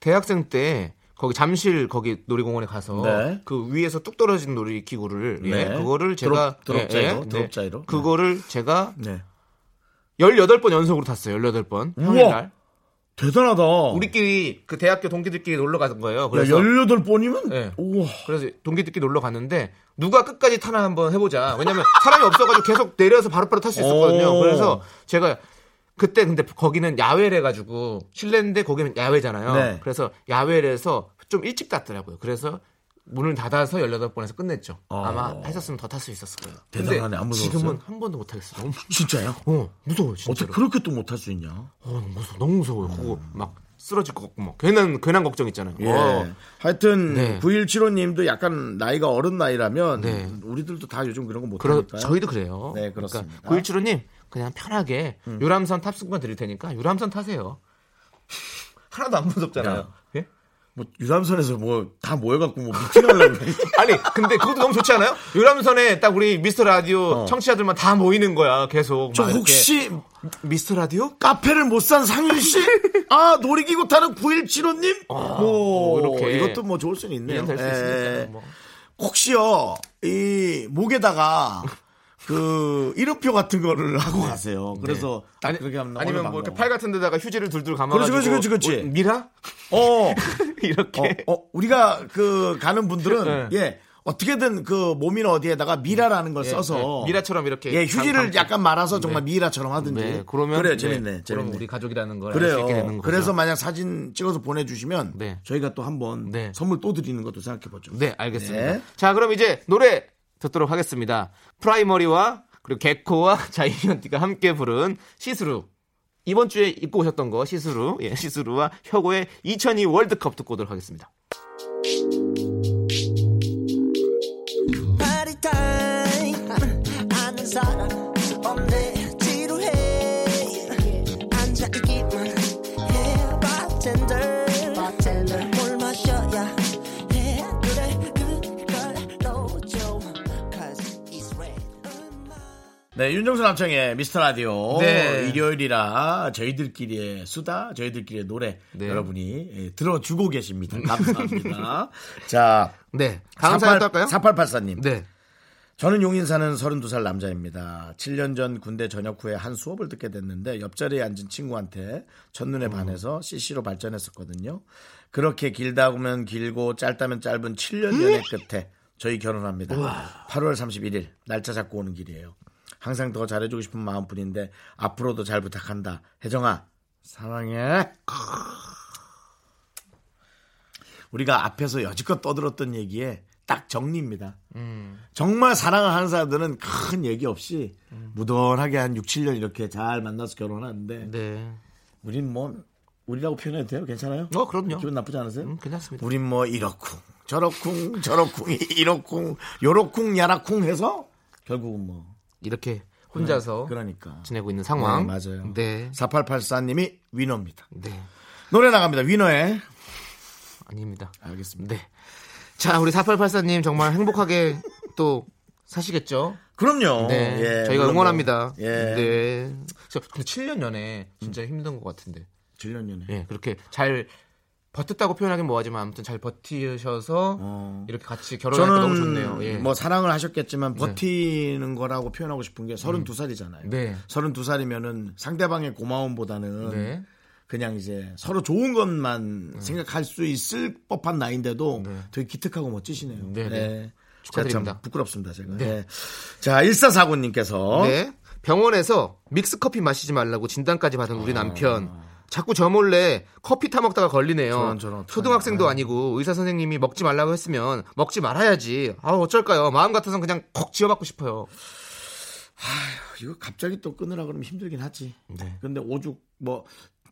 B: 대학생 때 거기 잠실 거기 놀이공원에 가서
A: 네.
B: 그 위에서 뚝 떨어진 놀이기구를 예,
A: 네.
B: 그거를 제가
A: 드롭-
B: 예,
A: 드롭자이로,
B: 예,
A: 드롭자이로.
B: 네. 그거를 제가
A: 네.
B: 18번 연속으로 탔어요. 18번.
A: 우와.
B: 평일날.
A: 대단하다.
B: 우리끼리 그 대학교 동기들끼리 놀러 간 거예요.
A: 야,
B: 그래서
A: 18번이면
B: 네.
A: 우와.
B: 그래서 동기들끼리 놀러 갔는데 누가 끝까지 타나 한번 해보자. 왜냐면 사람이 없어가지고 계속 내려서 바로바로 탈 수 있었거든요.
A: 오.
B: 그래서 제가 그때 근데 거기는 야외래가지고 실내인데 거기는 야외잖아요.
A: 네.
B: 그래서 야외래서 좀 일찍 땄더라고요. 그래서 문을 닫아서 18번에서 끝냈죠. 아마 했었으면 더 탈 수 있었을 거예요. 근데
A: 어. 대단하네. 안 무서웠어요?
B: 지금은 한 번도 못 하겠어요. 너무
A: 진짜요?
B: 어, 무서워요, 진짜로.
A: 어떻게 그렇게 또 못할 수 있냐?
B: 어, 너무 무서워. 너무 무서워요. 그거 막 쓰러질 것 같고 막 괜한 괜한 걱정 있잖아요.
A: 음. 예.
B: 어,
A: 하여튼
B: 네.
A: 9175님도 약간 나이가 어른 나이라면
B: 네.
A: 우리들도 다 요즘 그런 거
B: 그러,
A: 못하니까요.
B: 저희도 그래요.
A: 네, 그렇습니다. 음.
B: 러니까 고일주로님 그냥 편하게 유람선 탑승권 드릴 테니까 유람선 타세요. 하나도 안 무섭잖아요. 예?
A: 네. 뭐 유람선에서 뭐 다 모여갖고 뭐 미팅하려고 그래.
B: 아니 근데 그것도 너무 좋지 않아요? 유람선에 딱 우리 미스터 라디오
A: 어.
B: 청취자들만 다 모이는 거야 계속.
A: 저
B: 막 이렇게.
A: 혹시
B: 미스터 라디오?
A: 카페를 못 산 상윤 씨? 아 놀이기구 타는 9175님? 뭐
B: 뭐 이렇게.
A: 이것도 뭐 좋을 수는 있네요.
B: 이런 될수
A: 예.
B: 있으니까. 뭐.
A: 혹시요 이 목에다가 그 이름표 같은 거를 하고 가세요. 그래서 딱
B: 네. 아니,
A: 그렇게 하면
B: 예. 아니면
A: 어느
B: 뭐 이렇게
A: 방법.
B: 팔 같은 데다가 휴지를 둘둘 감아가지고
A: 그렇지, 그렇지, 그렇지, 그렇지.
B: 어, 미라
A: 어.
B: 이렇게 네.
A: 어, 어, 우리가 그 가는 분들은 예 어떻게든 그 몸이나 어디에다가 미라라는 걸
B: 예,
A: 써서
B: 예, 미라처럼 이렇게
A: 예 휴지를
B: 감-
A: 약간 말아서 정말 미라처럼 하든지
B: 네, 그러면
A: 래
B: 네,
A: 재밌네
B: 그럼
A: 재밌네
B: 우리 가족이라는 걸 알 수
A: 그래요
B: 있게 되는 거죠.
A: 그래서 만약 사진 찍어서 보내주시면
B: 네.
A: 저희가 또 한번
B: 네.
A: 선물 또 드리는 것도 생각해보죠
B: 네, 알겠습니다.
A: 네.
B: 자, 그럼 이제 노래 듣도록 하겠습니다. 프라이머리와 그리고 개코와 자이언티가 함께 부른 시스루. 이번 주에 입고 오셨던 거 시스루. 예, 시스루와 혁오의 2002 월드컵 듣고 오도록 하겠습니다.
A: 네 윤정수 남창의 미스터 라디오
B: 네.
A: 일요일이라 저희들끼리의 수다 저희들끼리의 노래
B: 네.
A: 여러분이 예, 들어주고 계십니다 감사합니다 자
B: 네. 다음 사연 또 할까요?
A: 4884님
B: 네.
A: 저는 용인 사는 32살 남자입니다. 7년 전 군대 전역 후에 한 수업을 듣게 됐는데 옆자리에 앉은 친구한테 첫눈에 반해서 CC로 발전했었거든요. 그렇게 길다 보면 길고 짧다면 짧은 7년 연애 끝에 저희 결혼합니다. 8월 31일 날짜 잡고 오는 길이에요. 항상 더 잘해주고 싶은 마음뿐인데 앞으로도 잘 부탁한다. 혜정아 사랑해. 우리가 앞에서 여지껏 떠들었던 얘기에 딱 정리입니다.
B: 음.
A: 정말 사랑을 하는 사람들은 큰 얘기 없이 무던하게 한 6, 7년 이렇게 잘 만나서 결혼하는데
B: 네.
A: 우린 뭐 우리라고 표현해도 돼요? 괜찮아요?
B: 어, 그럼요.
A: 기분 나쁘지 않으세요?
B: 음, 괜찮습니다.
A: 우린 뭐 이렇쿵 저렇쿵 저렇쿵 이렇쿵 요렇쿵 야라쿵 해서 결국은 뭐
B: 이렇게 혼자서
A: 그러니까
B: 지내고 있는
A: 네,
B: 상황.
A: 맞아요.
B: 네.
A: 4884님이 위너입니다.
B: 네.
A: 노래 나갑니다. 위너의
B: 아닙니다.
A: 알겠습니다.
B: 네. 자, 우리 4884님 정말 행복하게 또 사시겠죠?
A: 그럼요.
B: 네.
A: 예,
B: 저희가
A: 물론 뭐,
B: 응원합니다.
A: 예.
B: 네. 저, 근데 7년 연애 진짜 힘든 것 같은데.
A: 7년 연애.
B: 예, 그렇게 잘 버텼다고 표현하긴 뭐하지만 아무튼 잘 버티셔서
A: 어.
B: 이렇게 같이 결혼하니까 너무 좋네요.
A: 저는
B: 예.
A: 뭐 사랑을 하셨겠지만 버티는 거라고 표현하고 싶은 게 32살이잖아요.
B: 네.
A: 32살이면은 상대방의 고마움보다는
B: 네.
A: 그냥 이제 서로 좋은 것만 생각할 수 있을 법한 나이인데도 되게 기특하고 멋지시네요. 예.
B: 네, 네.
A: 제가
B: 축하드립니다.
A: 참 부끄럽습니다, 제가. 네. 자, 1449님께서
B: 네. 병원에서 믹스 커피 마시지 말라고 진단까지 받은
A: 아.
B: 우리 남편. 자꾸 저 몰래 커피 타 먹다가 걸리네요.
A: 저런, 저런, 어떡하냐.
B: 초등학생도 아니고 의사 선생님이 먹지 말라고 했으면 먹지 말아야지. 아 어쩔까요? 마음 같아서 그냥 콕 지어받고 싶어요.
A: 이거 갑자기 또 끊으라 그러면 힘들긴 하지.
B: 네.
A: 근데 오죽 뭐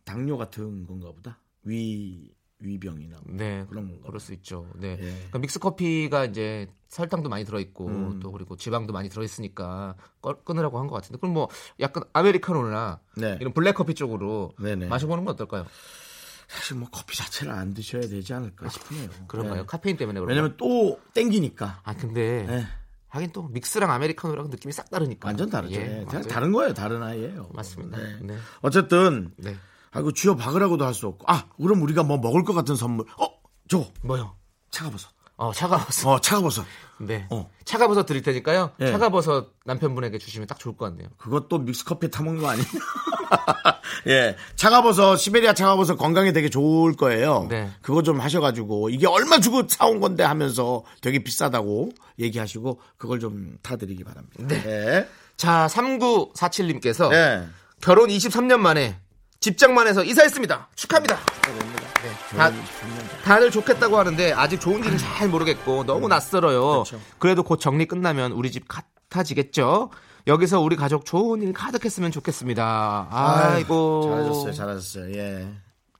A: 당뇨 같은 건가 보다. 위 위병이나 뭐
B: 네,
A: 그런 예. 건가.
B: 그럴
A: 보다.
B: 수 있죠. 네, 그러니까 믹스 커피가 이제 설탕도 많이 들어있고
A: 음.
B: 또 그리고 지방도 많이 들어있으니까 꺼- 끊으라고 한 것 같은데 그럼 뭐 약간 아메리카노나
A: 네.
B: 이런 블랙 커피 쪽으로
A: 네네.
B: 마셔보는 건 어떨까요?
A: 사실 뭐 커피 자체를 안 드셔야 되지 않을까 싶네요.
B: 아, 그런가요?
A: 네.
B: 카페인 때문에 그런가?
A: 왜냐면 또 땡기니까.
B: 아 근데
A: 네.
B: 하긴 또 믹스랑 아메리카노랑 느낌이 싹 다르니까
A: 완전 다르죠.
B: 예,
A: 예, 그냥
B: 완전
A: 다른 거예요. 다른 아이예요.
B: 맞습니다.
A: 네.
B: 네.
A: 어쨌든
B: 네.
A: 아이고 쥐어 박으라고도 할 수 없고. 아, 그럼 우리가 뭐 먹을 것 같은 선물. 어, 저
B: 뭐요?
A: 차가버섯.
B: 어 차가버섯.
A: 어, 차가버섯.
B: 네.
A: 어.
B: 차가버섯 드릴 테니까요.
A: 예.
B: 차가버섯 남편분에게 주시면 딱 좋을 것 같네요.
A: 그것도 믹스커피 타먹는 거 아니에요? 예. 차가버섯, 시베리아 차가버섯 건강에 되게 좋을 거예요.
B: 네.
A: 그거 좀 하셔가지고, 이게 얼마 주고 사온 건데 하면서 되게 비싸다고 얘기하시고, 그걸 좀 타드리기 바랍니다. 네.
B: 자 3947님께서
A: 예.
B: 결혼 23년 만에 집장만에서 이사했습니다. 축하합니다. 네, 다, 다들 좋겠다고 하는데 아직 좋은지는 잘 모르겠고 너무 낯설어요.
A: 그렇죠.
B: 그래도곧 정리 끝나면 우리 집 같아지겠죠. 여기서 우리 가족 좋은 일 가득했으면 좋겠습니다. 아이고
A: 잘하셨어요, 잘하셨어요. 예.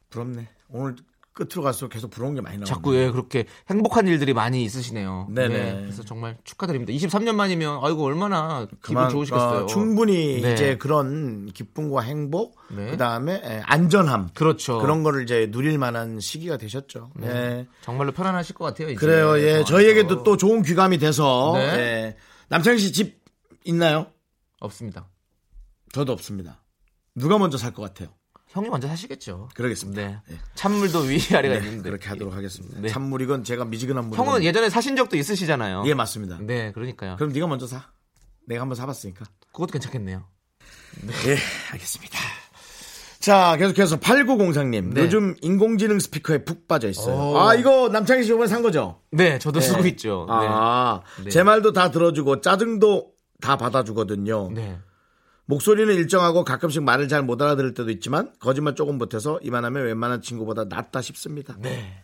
A: 부럽네. 오늘 끝으로 갈수록 계속 부러운 게 많이 나오네.
B: 자꾸 예 그렇게 행복한 일들이 많이 있으시네요.
A: 네네.
B: 네, 그래서 정말 축하드립니다. 23년 만이면 아이고 얼마나 기분
A: 그만,
B: 좋으시겠어요.
A: 어, 충분히
B: 네.
A: 이제 그런 기쁨과 행복,
B: 네.
A: 그 다음에 안전함.
B: 그렇죠. 네.
A: 그런 거를 이제 누릴 만한 시기가 되셨죠. 예.
B: 정말로 편안하실 것 같아요. 이제. 네,
A: 그래요. 예.
B: 정말로.
A: 저희에게도 또 좋은 귀감이 돼서
B: 네.
A: 예. 남창희 씨 집 있나요?
B: 없습니다.
A: 저도 없습니다. 누가 먼저 살 것 같아요?
B: 형이 먼저 사시겠죠.
A: 그러겠습니다.
B: 네.
A: 예.
B: 찬물도 위아래가
A: 네,
B: 있는데.
A: 그렇게 하도록 하겠습니다.
B: 네.
A: 찬물이건 제가 미지근한 물.
B: 형은 예전에 사신 적도 있으시잖아요.
A: 예 맞습니다.
B: 네, 그러니까요.
A: 그럼 네가 먼저 사. 내가 한번 사봤으니까.
B: 그것도 괜찮겠네요.
A: 예, 알겠습니다. 자, 계속해서 8903님.
B: 네.
A: 요즘 인공지능 스피커에 푹 빠져 있어요.
B: 오.
A: 아, 이거 남창희 씨 이번에 산 거죠?
B: 네, 저도 쓰고
A: 네.
B: 있죠. 네.
A: 아,
B: 네.
A: 제 말도 다 들어주고 짜증도 다 받아주거든요.
B: 네.
A: 목소리는 일정하고 가끔씩 말을 잘 못 알아들을 때도 있지만 거짓말 조금 못해서 이만하면 웬만한 친구보다 낫다 싶습니다.
B: 네.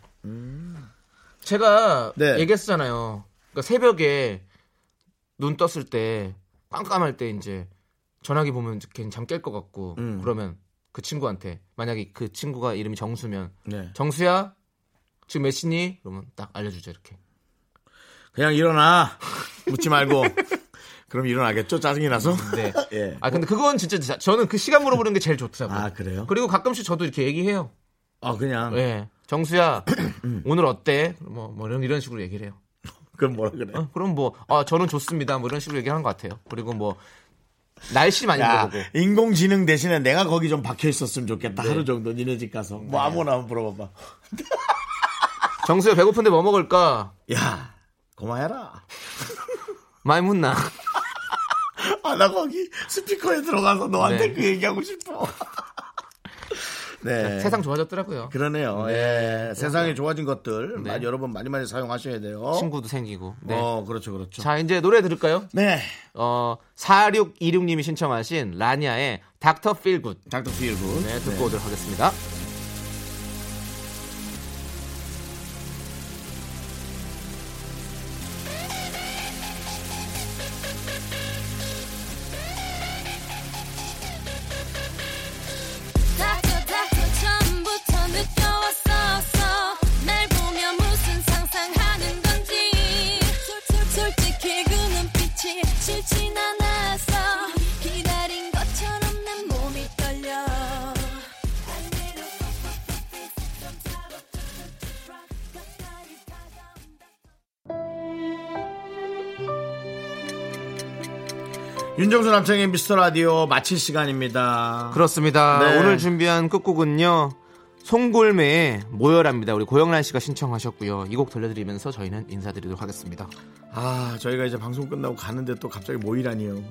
B: 제가
A: 네.
B: 얘기했잖아요. 그러니까 새벽에 눈 떴을 때 깜깜할 때 이제 전화기 보면 걔는 잠깰 것 같고
A: 음.
B: 그러면 그 친구한테 만약에 그 친구가 이름이 정수면
A: 네.
B: 정수야 지금 몇 시니? 그러면 딱 알려주죠 이렇게.
A: 그냥 일어나. 묻지 말고. 그럼 일어나겠죠? 짜증이 나서?
B: 네.
A: 예.
B: 아 근데 그건 진짜 자- 저는 그 시간 물어보는 게 제일 좋더라고요.
A: 아, 그래요?
B: 그리고 가끔씩 저도 이렇게 얘기해요.
A: 아, 그냥.
B: 예. 정수야
A: 음.
B: 오늘 어때? 뭐, 뭐 이런 이런 식으로 얘기를 해요.
A: 그럼 뭐라 그래?
B: 어, 그럼 뭐 아, 저는 좋습니다. 뭐 이런 식으로 얘기하는 것 같아요. 그리고 뭐 날씨 많이
A: 야,
B: 물어보고.
A: 인공지능 대신에 내가 거기 좀 박혀 있었으면 좋겠다. 하루 정도 니네 집 가서. 뭐 아무나 한번 물어봐봐.
B: 정수야 배고픈데 뭐 먹을까?
A: 야, 고마해라.
B: 많이 묻나?
A: 아, 나 거기 스피커에 들어가서 너한테
B: 네.
A: 그 얘기하고 싶어. 네.
B: 세상 좋아졌더라고요.
A: 그러네요. 예. 세상에 좋아진 것들 많이 여러분 많이 많이 사용하셔야 돼요.
B: 네. 친구도 생기고. 네.
A: 어, 그렇죠, 그렇죠.
B: 자 이제 노래 들을까요?
A: 네.
B: 어 4626님이 신청하신 라니아의 닥터 필굿
A: 닥터 필구.
B: 네, 듣고 오도록 하겠습니다.
D: 닥터 닥터 처음부터 그
A: 윤정수 남창의 미스터 라디오 마칠 시간입니다.
B: 그렇습니다.
A: 네.
B: 오늘 준비한 끝곡은요. 송골매의 모여랍니다. 우리 고영란 씨가 신청하셨고요. 이 곡 들려드리면서 저희는 인사드리도록 하겠습니다.
A: 아, 저희가 이제 방송 끝나고 가는데 또 갑자기 모이라니요.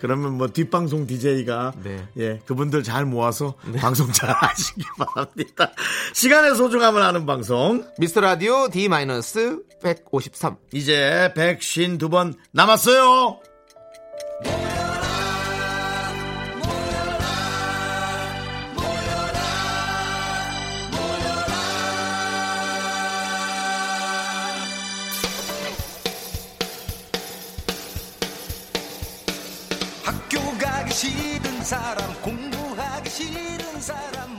A: 그러면 뭐 뒷방송 DJ가
B: 네.
A: 예, 그분들 잘 모아서 방송 잘 하시기 바랍니다. 시간의 소중함을 아는 방송.
B: 미스터 라디오 D-153.
A: 이제 백신 두 번 남았어요.
C: 학교 가기 싫은 사람 공부하기 싫은 사람